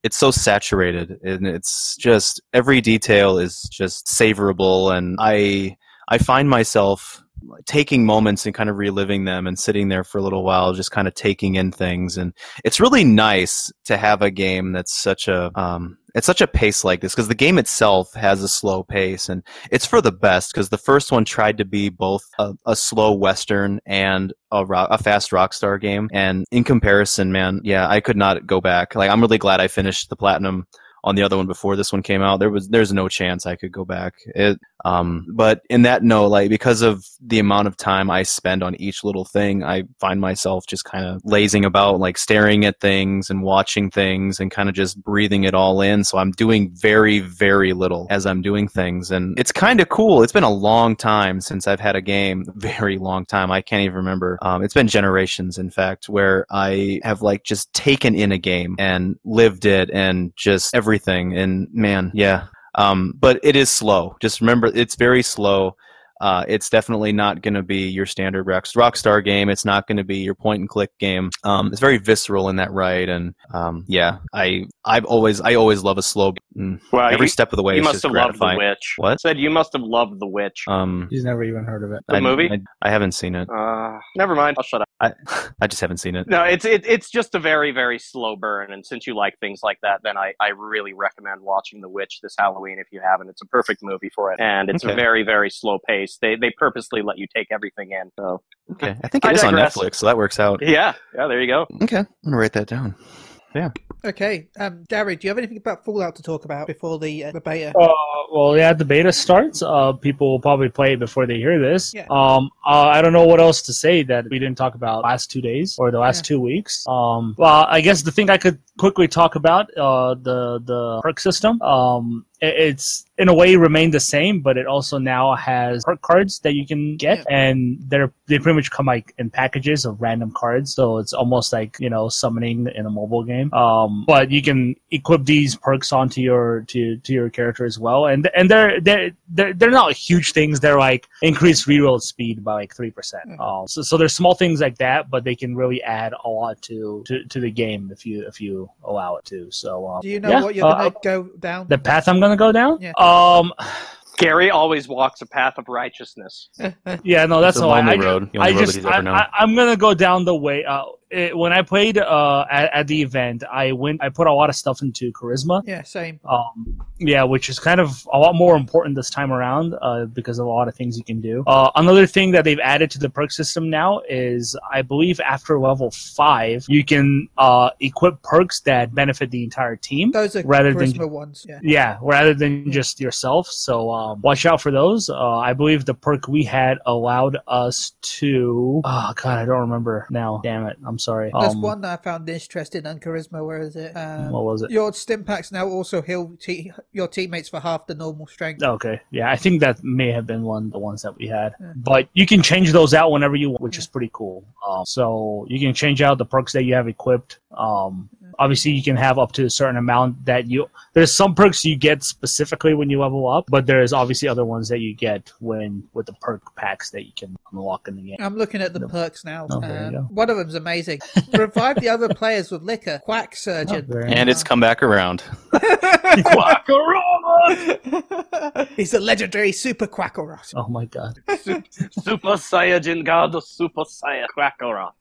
B: it's so saturated, and it's just every detail is just savorable, and I I find myself taking moments and kind of reliving them and sitting there for a little while just kind of taking in things and it's really nice to have a game that's such a um, it's such a pace like this because the game itself has a slow pace and it's for the best because the first one tried to be both a, a slow western and a, ro- a fast rockstar game and in comparison man yeah i could not go back like i'm really glad i finished the platinum on the other one before this one came out, there was there's no chance I could go back. It, um, but in that note, like because of the amount of time I spend on each little thing, I find myself just kind of lazing about, like staring at things and watching things and kind of just breathing it all in. So I'm doing very very little as I'm doing things, and it's kind of cool. It's been a long time since I've had a game, [laughs] very long time. I can't even remember. Um, it's been generations, in fact, where I have like just taken in a game and lived it and just everything. And man, yeah. Um, but it is slow. Just remember, it's very slow. Uh, it's definitely not going to be your standard rock, Rockstar game. It's not going to be your point and click game. Um, it's very visceral in that right, and um, yeah, I I've always I always love a slow. mm,
D: Wow,
B: every
D: you,
B: step of the way
D: you
B: is
D: must
B: just
D: have loved The
B: gratifying.
D: Witch.
B: What?
D: Said you must have loved The Witch.
B: Um,
F: He's never even heard of it.
D: The
B: I-
D: movie?
B: I, I haven't seen it.
D: Uh, never mind. I'll shut up.
B: I [laughs] I just haven't
D: [laughs]
B: seen it.
D: No, it's it, it's just a very very slow burn, and since you like things like that, then I, I really recommend watching The Witch this Halloween if you haven't. It's a perfect movie for it, and it's a
B: Okay.
D: very very slow pace. They they purposely let you take everything in. So
B: Okay, I think
D: I
B: it is on
D: digress.
B: Netflix, so that works out.
D: yeah, yeah, there you go.
B: Okay, I'm gonna write that down.
A: Okay, um, Darry, do you have anything about Fallout to talk about before the uh, the beta?
C: Uh, well, yeah, the beta starts. Uh, people will probably play it before they hear this.
A: Yeah.
C: Um, uh, I don't know what else to say that we didn't talk about last two days or the last
A: Yeah.
C: two weeks. Um, well, I guess the thing I could quickly talk about uh, the the perk system. Um, it- it's in a way remained the same, but it also now has perk cards that you can get,
A: Yeah.
C: and they're they pretty much come like in packages of random cards. So it's almost like you know summoning in a mobile game. Um, but you can equip these perks onto your to to your character as well, and and they're they're they're, they're not huge things. They're like increased reroll speed by like three percent.
A: Mhm.
C: Um, so so there's small things like that, but they can really add a lot to to, to the game if you if you allow it to. So um,
A: Do you know
C: yeah.
A: what you're
C: Uh,
A: gonna go down?
C: the path I'm gonna go down.
A: Yeah.
C: Um.
D: Gary always walks a path of
A: [laughs]
D: righteousness.
C: Yeah. No. That's
B: it's a
C: all. I,
B: lonely
C: I,
B: road. The only
C: I
B: road that
C: just.
B: he's
C: I,
B: ever known.
C: I, I'm gonna go down the way. Uh, it, when I played uh at, at the event, I went. I put a lot of stuff into charisma.
A: yeah, same.
C: Um, yeah, which is kind of a lot more important this time around uh, because of a lot of things you can do. Uh, another thing that they've added to the perk system now is, I believe, after level five, you can uh, equip perks that benefit the entire team.
A: Those are
C: rather than-
A: charisma ones. Yeah.
C: Yeah, rather than just yourself. So um, watch out for those. Uh, I believe the perk we had allowed us to. Oh God, I don't remember now. Damn it, I'm sorry.
A: There's
C: Um,
A: one that I found interesting on charisma. Where is it? Um,
C: what was it?
A: Your stim packs now also heal te- your teammates for half the normal strength.
C: Okay, yeah, I think that may have been one of the ones that we had.
A: Yeah.
C: But you can change those out whenever you want, which is pretty cool. Um, so you can change out the perks that you have equipped. Um, obviously, you can have up to a certain amount that you. There's some perks you get specifically when you level up, but there's obviously other ones that you get when with the perk packs that you can unlock in the
D: [laughs]
C: game.
A: I'm looking at the
C: No.
A: perks now.
C: Oh, there you
A: um,
C: go.
A: one of them's
C: [laughs]
A: amazing. Revive the other players with liquor. Quack surgeon.
C: Oh, very
B: and it's come back around.
D: Quackarama!
A: [laughs] He's a legendary super quackerot.
C: Oh my god.
D: Super Saiyajin God, the Super Saiyan Quackarama.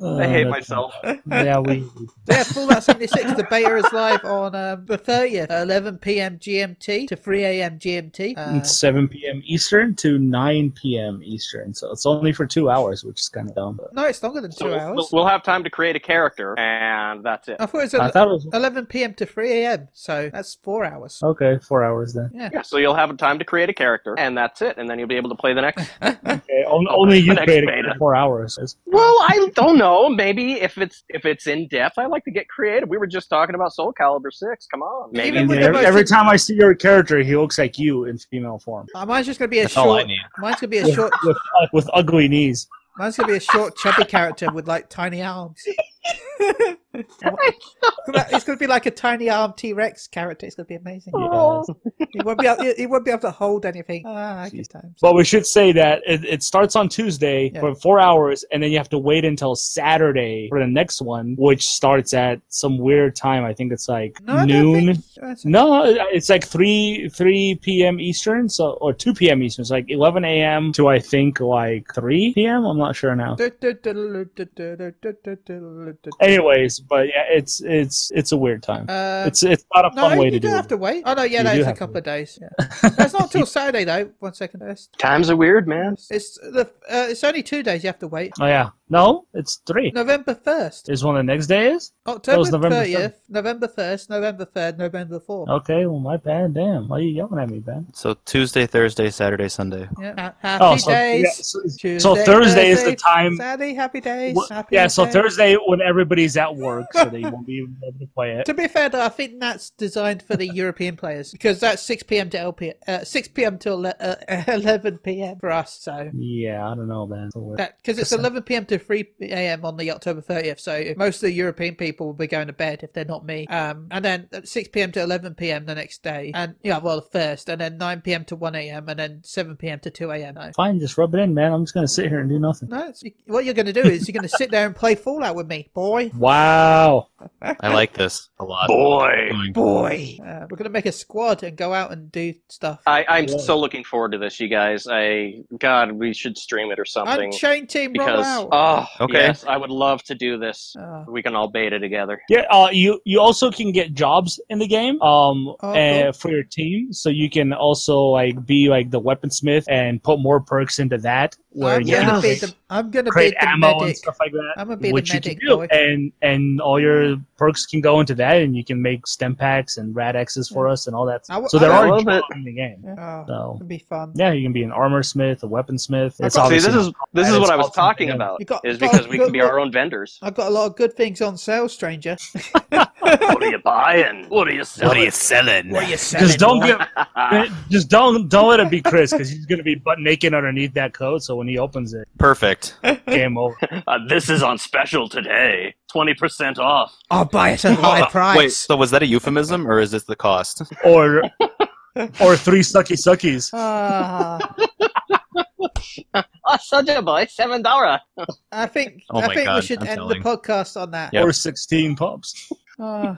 A: Oh,
D: I hate
C: Uh,
D: myself.
C: Yeah,
D: [laughs]
C: we.
A: yeah, Fallout 76. The beta is live on um, the 30th, 11 p.m. GMT to 3 a.m. GMT. Uh,
C: It's 7 p.m. Eastern to 9 p.m. Eastern, so it's only for two hours, which is kind of dumb. But
A: no, it's longer than two
D: So we'll,
A: hours.
D: we'll have time to create a character, and that's it.
A: I thought it was
C: I
A: el-
C: thought it was
A: 11 p.m. to 3 a.m. So that's four hours.
C: Okay, four hours then.
D: Yeah, so you'll have time to create a character, and that's it, and then you'll be able to play the next.
C: Okay, on- only you
D: next
C: created
D: beta.
C: four hours. It's-
D: well, I don't know. Maybe if it's if it's in depth, I like to get creative. We were just talking about Soul Calibur Six. Come on, maybe.
A: Even with the
C: every,
A: most-
C: every time I see your character, he looks like you in female form
A: Uh, mine's just going to be a
B: That's
A: short.
B: all I need.
A: Mine's going to be a
C: with,
A: short.
C: with, with ugly knees.
A: Mine's gonna be a short, chubby character with like tiny
B: [laughs]
A: arms. it's gonna be like a tiny arm T Rex character. It's gonna be amazing.
C: Yes.
A: He won't be able, he won't be able to hold anything. Ah, good times.
C: But we should say that it, it starts on Tuesday
A: Yeah.
C: for four hours, and then you have to wait until Saturday for the next one, which starts at some weird time. I think it's like
A: No, I don't
C: noon.
A: think- that's-
C: No, it's like three three p.m. Eastern, so or two p.m. Eastern. It's like eleven a.m.
A: Uh,
C: to I think like three p.m. I'm not sure now.
A: Du- du- du- du- du- du- du- du- du- du- du-
C: Anyways, but yeah, it's it's it's a weird time.
A: Uh,
C: It's it's not a
A: no,
C: fun way
A: you
C: to
A: do
C: do
A: have
C: it.
A: to wait. Oh no, yeah,
C: You
A: that
C: do
A: is a
C: have to
A: couple of days.
C: [laughs]
A: Yeah. That's not till Saturday though. One second. It's,
D: Times are weird, man.
A: it's the uh, it's only two days you have to wait.
C: Oh yeah, no, it's three.
A: November first,
C: Is when the next day is?
A: October
C: November Oh.
A: thirtieth, November first, November third, November fourth.
C: Okay, well my bad. Damn, why are you yelling at me, Ben?
B: So Tuesday, Thursday, Saturday, Sunday.
A: Yeah. Ha- Happy
C: Oh, so,
A: days.
C: yeah, so,
A: Tuesday,
C: so Thursday is the
A: Thursday,
C: time.
A: Saturday, happy days.
C: Wha-
A: happy
C: yeah, so
A: days.
C: Thursday when everybody's at work, so
A: [laughs]
C: they won't be able to play it.
A: To be fair, though, I think that's designed for the European players because that's 6 p.m. to LP, uh, 6 p.m. to ele- uh, [laughs] 11 p.m. for us. So
C: Yeah, I don't know, man. It's a weird-
A: that because it's 11 p.m. to 3 a.m. on the October 30th. So most of the European people will be going to bed if they're not me. Um, and then at 6 p.m. to 11 p.m. the next day, and yeah, well, the first, and then 9 p.m. to 1 a.m. and then 7 p.m. to 2 a.m. No.
C: Fine, just rub it in, man. I'm just gonna sit here and do nothing.
A: No, it's, what you're going to do is you're going to sit there and play Fallout with me, boy.
C: Wow.
B: I like this a lot.
D: Boy.
A: Boy, uh, we're going to make a squad and go out and do stuff.
D: I, I'm
C: Yeah.
D: so looking forward to this, you guys. I God, we should stream it or something.
A: Unchained Team
D: because
A: Roll Out.
D: oh
B: Okay.
D: yes, I would love to do this.
A: Oh.
D: We can all beta together.
C: Yeah, uh, you you also can get jobs in the game um
A: Oh,
C: uh,
A: cool.
C: for your team, so you can also like be like the weaponsmith and put more perks into that where
A: I'm
C: you
A: gonna
C: can
A: be
C: create,
A: the I'm gonna be
C: create
A: the
C: ammo and
A: medic.
C: stuff like that.
A: I'm gonna be the
C: which
A: medic
C: you
A: boy.
C: can do, and and all your perks can go into that, and you can make stem packs and rad X's for us and all that.
A: I w-
C: so there
A: I
C: are
D: love
C: jobs
D: it.
C: in the game.
A: Oh,
C: So
A: it'll be fun.
C: yeah, you can be an armor smith, a weapon smith. It's
A: got-
D: See,
C: obviously
D: this is this is
C: it's
D: what I was
C: awesome,
D: talking
C: yeah.
D: about.
A: You got-
D: Is
A: got
D: because we
A: good
D: can be our own vendors.
A: I've got a lot of good things on sale, stranger.
D: what are you buying? [laughs] Uh, What are you selling?
B: selling?
A: what are you
C: just
A: selling?
C: don't get [laughs] just don't don't let it be Chris because he's gonna be butt naked underneath that coat. So when he opens it,
B: Perfect.
C: game over.
D: Uh, this is on special today. Twenty percent off.
A: [laughs] I'll buy it at a high price.
B: [laughs] Wait, so was that a euphemism or is this the cost?
C: or or three sucky suckies.
A: Ah,
D: Oh, [laughs] such a boy, seven dollar.
A: I think
B: [laughs] Oh
A: I
B: my
A: think we
B: God,
A: should
B: I'm
A: end
B: telling.
A: the podcast on that.
B: Yep.
C: Or 16 pups.
A: Ah.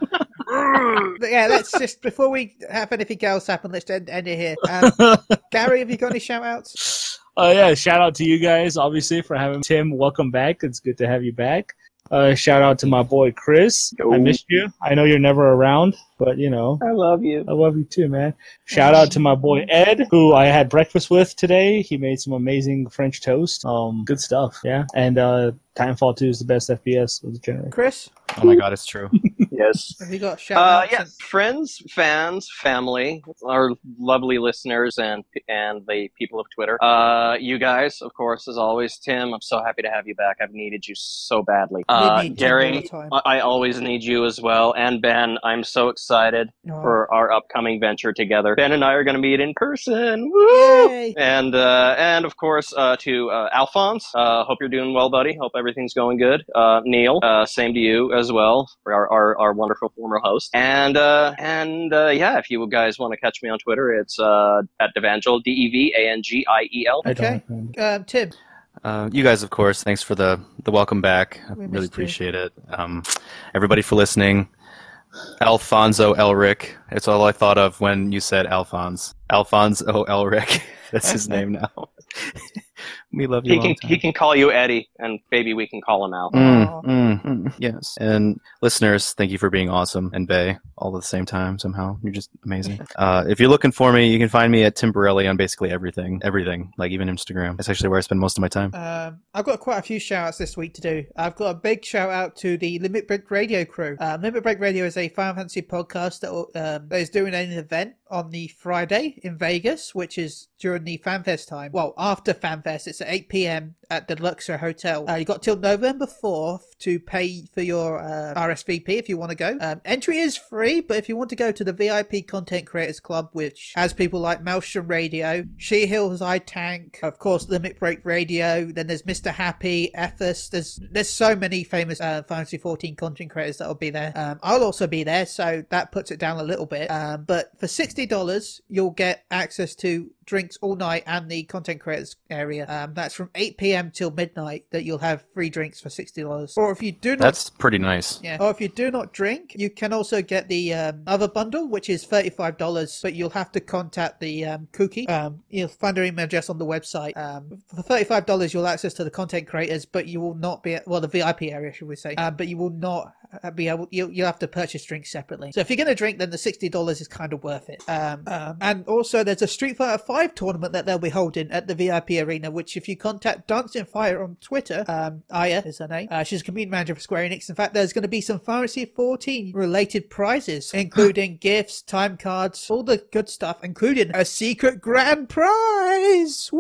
A: yeah, let's just before we have anything else happen, let's end, end it here. Um,
B: [laughs]
C: Oh,
A: Gary, have you got any shout outs?
C: Uh, yeah. Shout out to you guys, obviously, for having Tim. Welcome back. It's good to have you back. Uh, shout out to my boy, Chris. I
D: Yo.
C: missed you. I know you're never around, but you know,
D: I love you.
C: I love you too, man. Shout out to my boy, Ed, who I had breakfast with today. He made some amazing French toast. Um, Good stuff. Yeah. And uh, Titanfall 2 is the best FPS of the generation.
A: Chris,
B: Oh my god, it's true.
D: Yes.
A: have you got shout
D: Uh,
A: outs?
D: yeah, friends, fans, family, our lovely listeners, and and the people of Twitter. Uh, you guys, of course, as always, Tim. I'm so happy to have you back. I've needed you so badly. Uh,
A: need Tim all the
D: Gary,
A: time.
D: I, I always need you as well, and Ben. I'm so excited for
A: Oh.
D: our upcoming venture together. Ben and I are going to meet in person. Woo!
A: Yay.
D: And uh, and of course uh, to uh, Alphonse. Uh, hope you're doing well, buddy. Hope everything's going good. Uh, Neil, uh, same to you as well. for Our our, our wonderful former host. And uh, and uh, yeah, if you guys want to catch me on Twitter, it's uh, at Devangel D E V A N G I E L.
C: I don't
A: Okay.
C: know.
A: Um, Tim,
B: Uh, you guys, of course, thanks for the, the welcome back. I
A: We missed
B: really
A: you.
B: appreciate it. Um, everybody for listening. Alfonso Elric. It's all I thought of when you said Alphonse. Alfonso Elric. [laughs] That's his name now. [laughs] we love you.
D: He
B: long
D: can
B: time.
D: he can call you Eddie, and maybe we can call
A: [laughs]
D: him out.
A: Aw.
B: Mm, mm, mm, yes. And listeners, thank you for being awesome and Bay all at the same time somehow. You're just amazing. Uh, if you're looking for me, you can find me at Timberelli on basically everything. Everything. Like even Instagram. That's actually where I spend most of my time.
A: Um, I've got quite a few shout outs this week to do. I've got a big shout out to the Limit Break Radio crew. Um, Limit Break Radio is a Final Fantasy podcast that, will- um, that is doing an event on the Friday in Vegas, which is during the FanFest time. Well, after FanFest, it's at 8 p.m. at the Luxor Hotel. Uh, you got till November 4th to pay for your uh, RSVP if you want to go. Um, entry is free, but if you want to go to the VIP Content Creators Club, which has people like Maelstrom Radio, She Hills I Tank, of course, Limit Break Radio, then there's Mr. Happy, Ethos. There's there's so many famous uh, Final Fantasy 14 content creators that'll be there. Um, I'll also be there, so that puts it down a little bit. Um, but for $60, you'll get access to drinks all night and the content creators area. Um, That's from 8 p.m. till midnight. That you'll have free drinks for sixty dollars. Or if you do not
B: That's pretty nice.
A: Yeah. Or if you do not drink, you can also get the um, other bundle, which is thirty-five dollars, but you'll have to contact the um, cookie. Um, you'll find their email address on the website. Um, for thirty-five dollars, you'll access to the content creators, but you will not be well the VIP area, should we say? Uh, but you will not uh, be able. You'll, you'll have to purchase drinks separately. So if you're going to drink, then the sixty dollars is kind of worth it. Um, um, and also, there's a Street Fighter Five tournament that they'll be holding at the VIP arena, which if you contact Dancing Fire on Twitter, um, Aya is her name. Uh, she's a community manager for Square Enix. In fact, there's going to be some Final Fantasy 14 related prizes,
C: [gasps]
A: including gifts, time cards, all the good stuff, including a secret grand prize,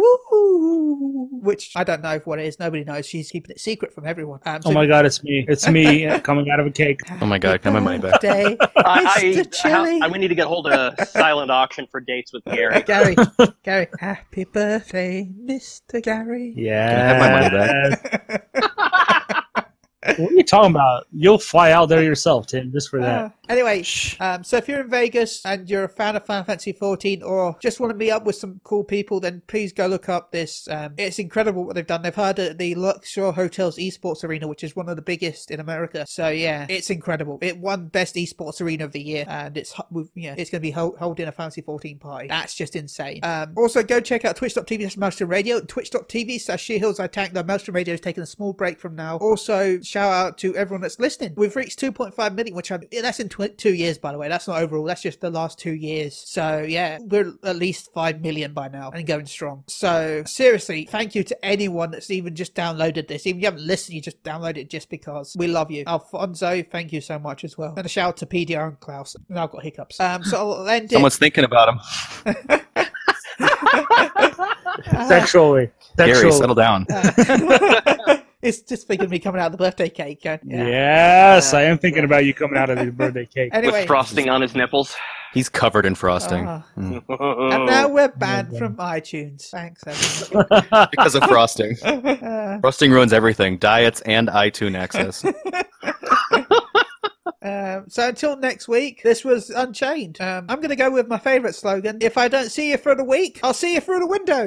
A: woo! Which I don't know what it is. Nobody knows. She's keeping it secret from everyone. Um, so
C: Oh my god, it's me.
B: [laughs]
C: It's me coming out of a cake.
B: Oh my god,
A: Happy
B: got my money back.
A: birthday,
D: I,
A: Mr.
D: I,
A: Chili.
D: I- we need to get hold of a silent auction for dates with Gary.
A: Gary, Gary, happy birthday, Mr. Gary.
C: Yeah.
B: I have my money back?
C: [laughs] what are you talking about? You'll fly out there yourself, Tim, just for that.
B: [laughs]
A: Uh, anyway, um, so if you're in Vegas and you're a fan of Final Fantasy 14 or just want to meet up with some cool people, then please go look up this. Um, it's incredible what they've done. They've had it at the Luxor Hotels Esports Arena, which is one of the biggest in America. So yeah, it's incredible. It won Best Esports Arena of the Year, and it's ho- with- yeah, it's going to be hol- holding a Final Fantasy 14 party. That's just insane. Um, also, go check out twitch.tv slash Maelstrom Radio, twitch.tv slash She Hills Attack. The Maelstrom Radio is taking a small break from now. Also, shout out to everyone that's listening. We've reached 2.5 million, which I, yeah, that's in tw- two years, by the way. That's not overall. That's just the last two years. So yeah, we're at least 5 million by now and going strong. So seriously, thank you to anyone that's even just downloaded this. Even if you haven't listened, you just download it just because we love you. Alfonso, thank you so much as well. And a shout out to PDR and Klaus. Now I've got hiccups. Um, so I'll end it.
B: Someone's thinking about him.
C: Sexually.
B: Gary,
C: Sexually.
B: settle down.
A: Uh, [laughs] it's just thinking of me coming out of the birthday cake. going, yeah.
C: Yes, I am thinking about you coming out of your birthday cake.
A: Anyway,
D: With frosting on his nipples.
B: He's covered in frosting
A: ah. and now
D: now,
A: we're banned from iTunes. Thanks, everyone.
B: because of frosting.
A: Uh,
B: Frosting ruins everything: diets and iTunes access.
A: um, so until next week, this was Unchained. Um, I'm going to go with my favourite slogan: "If I don't see you through the week, I'll see you through the window."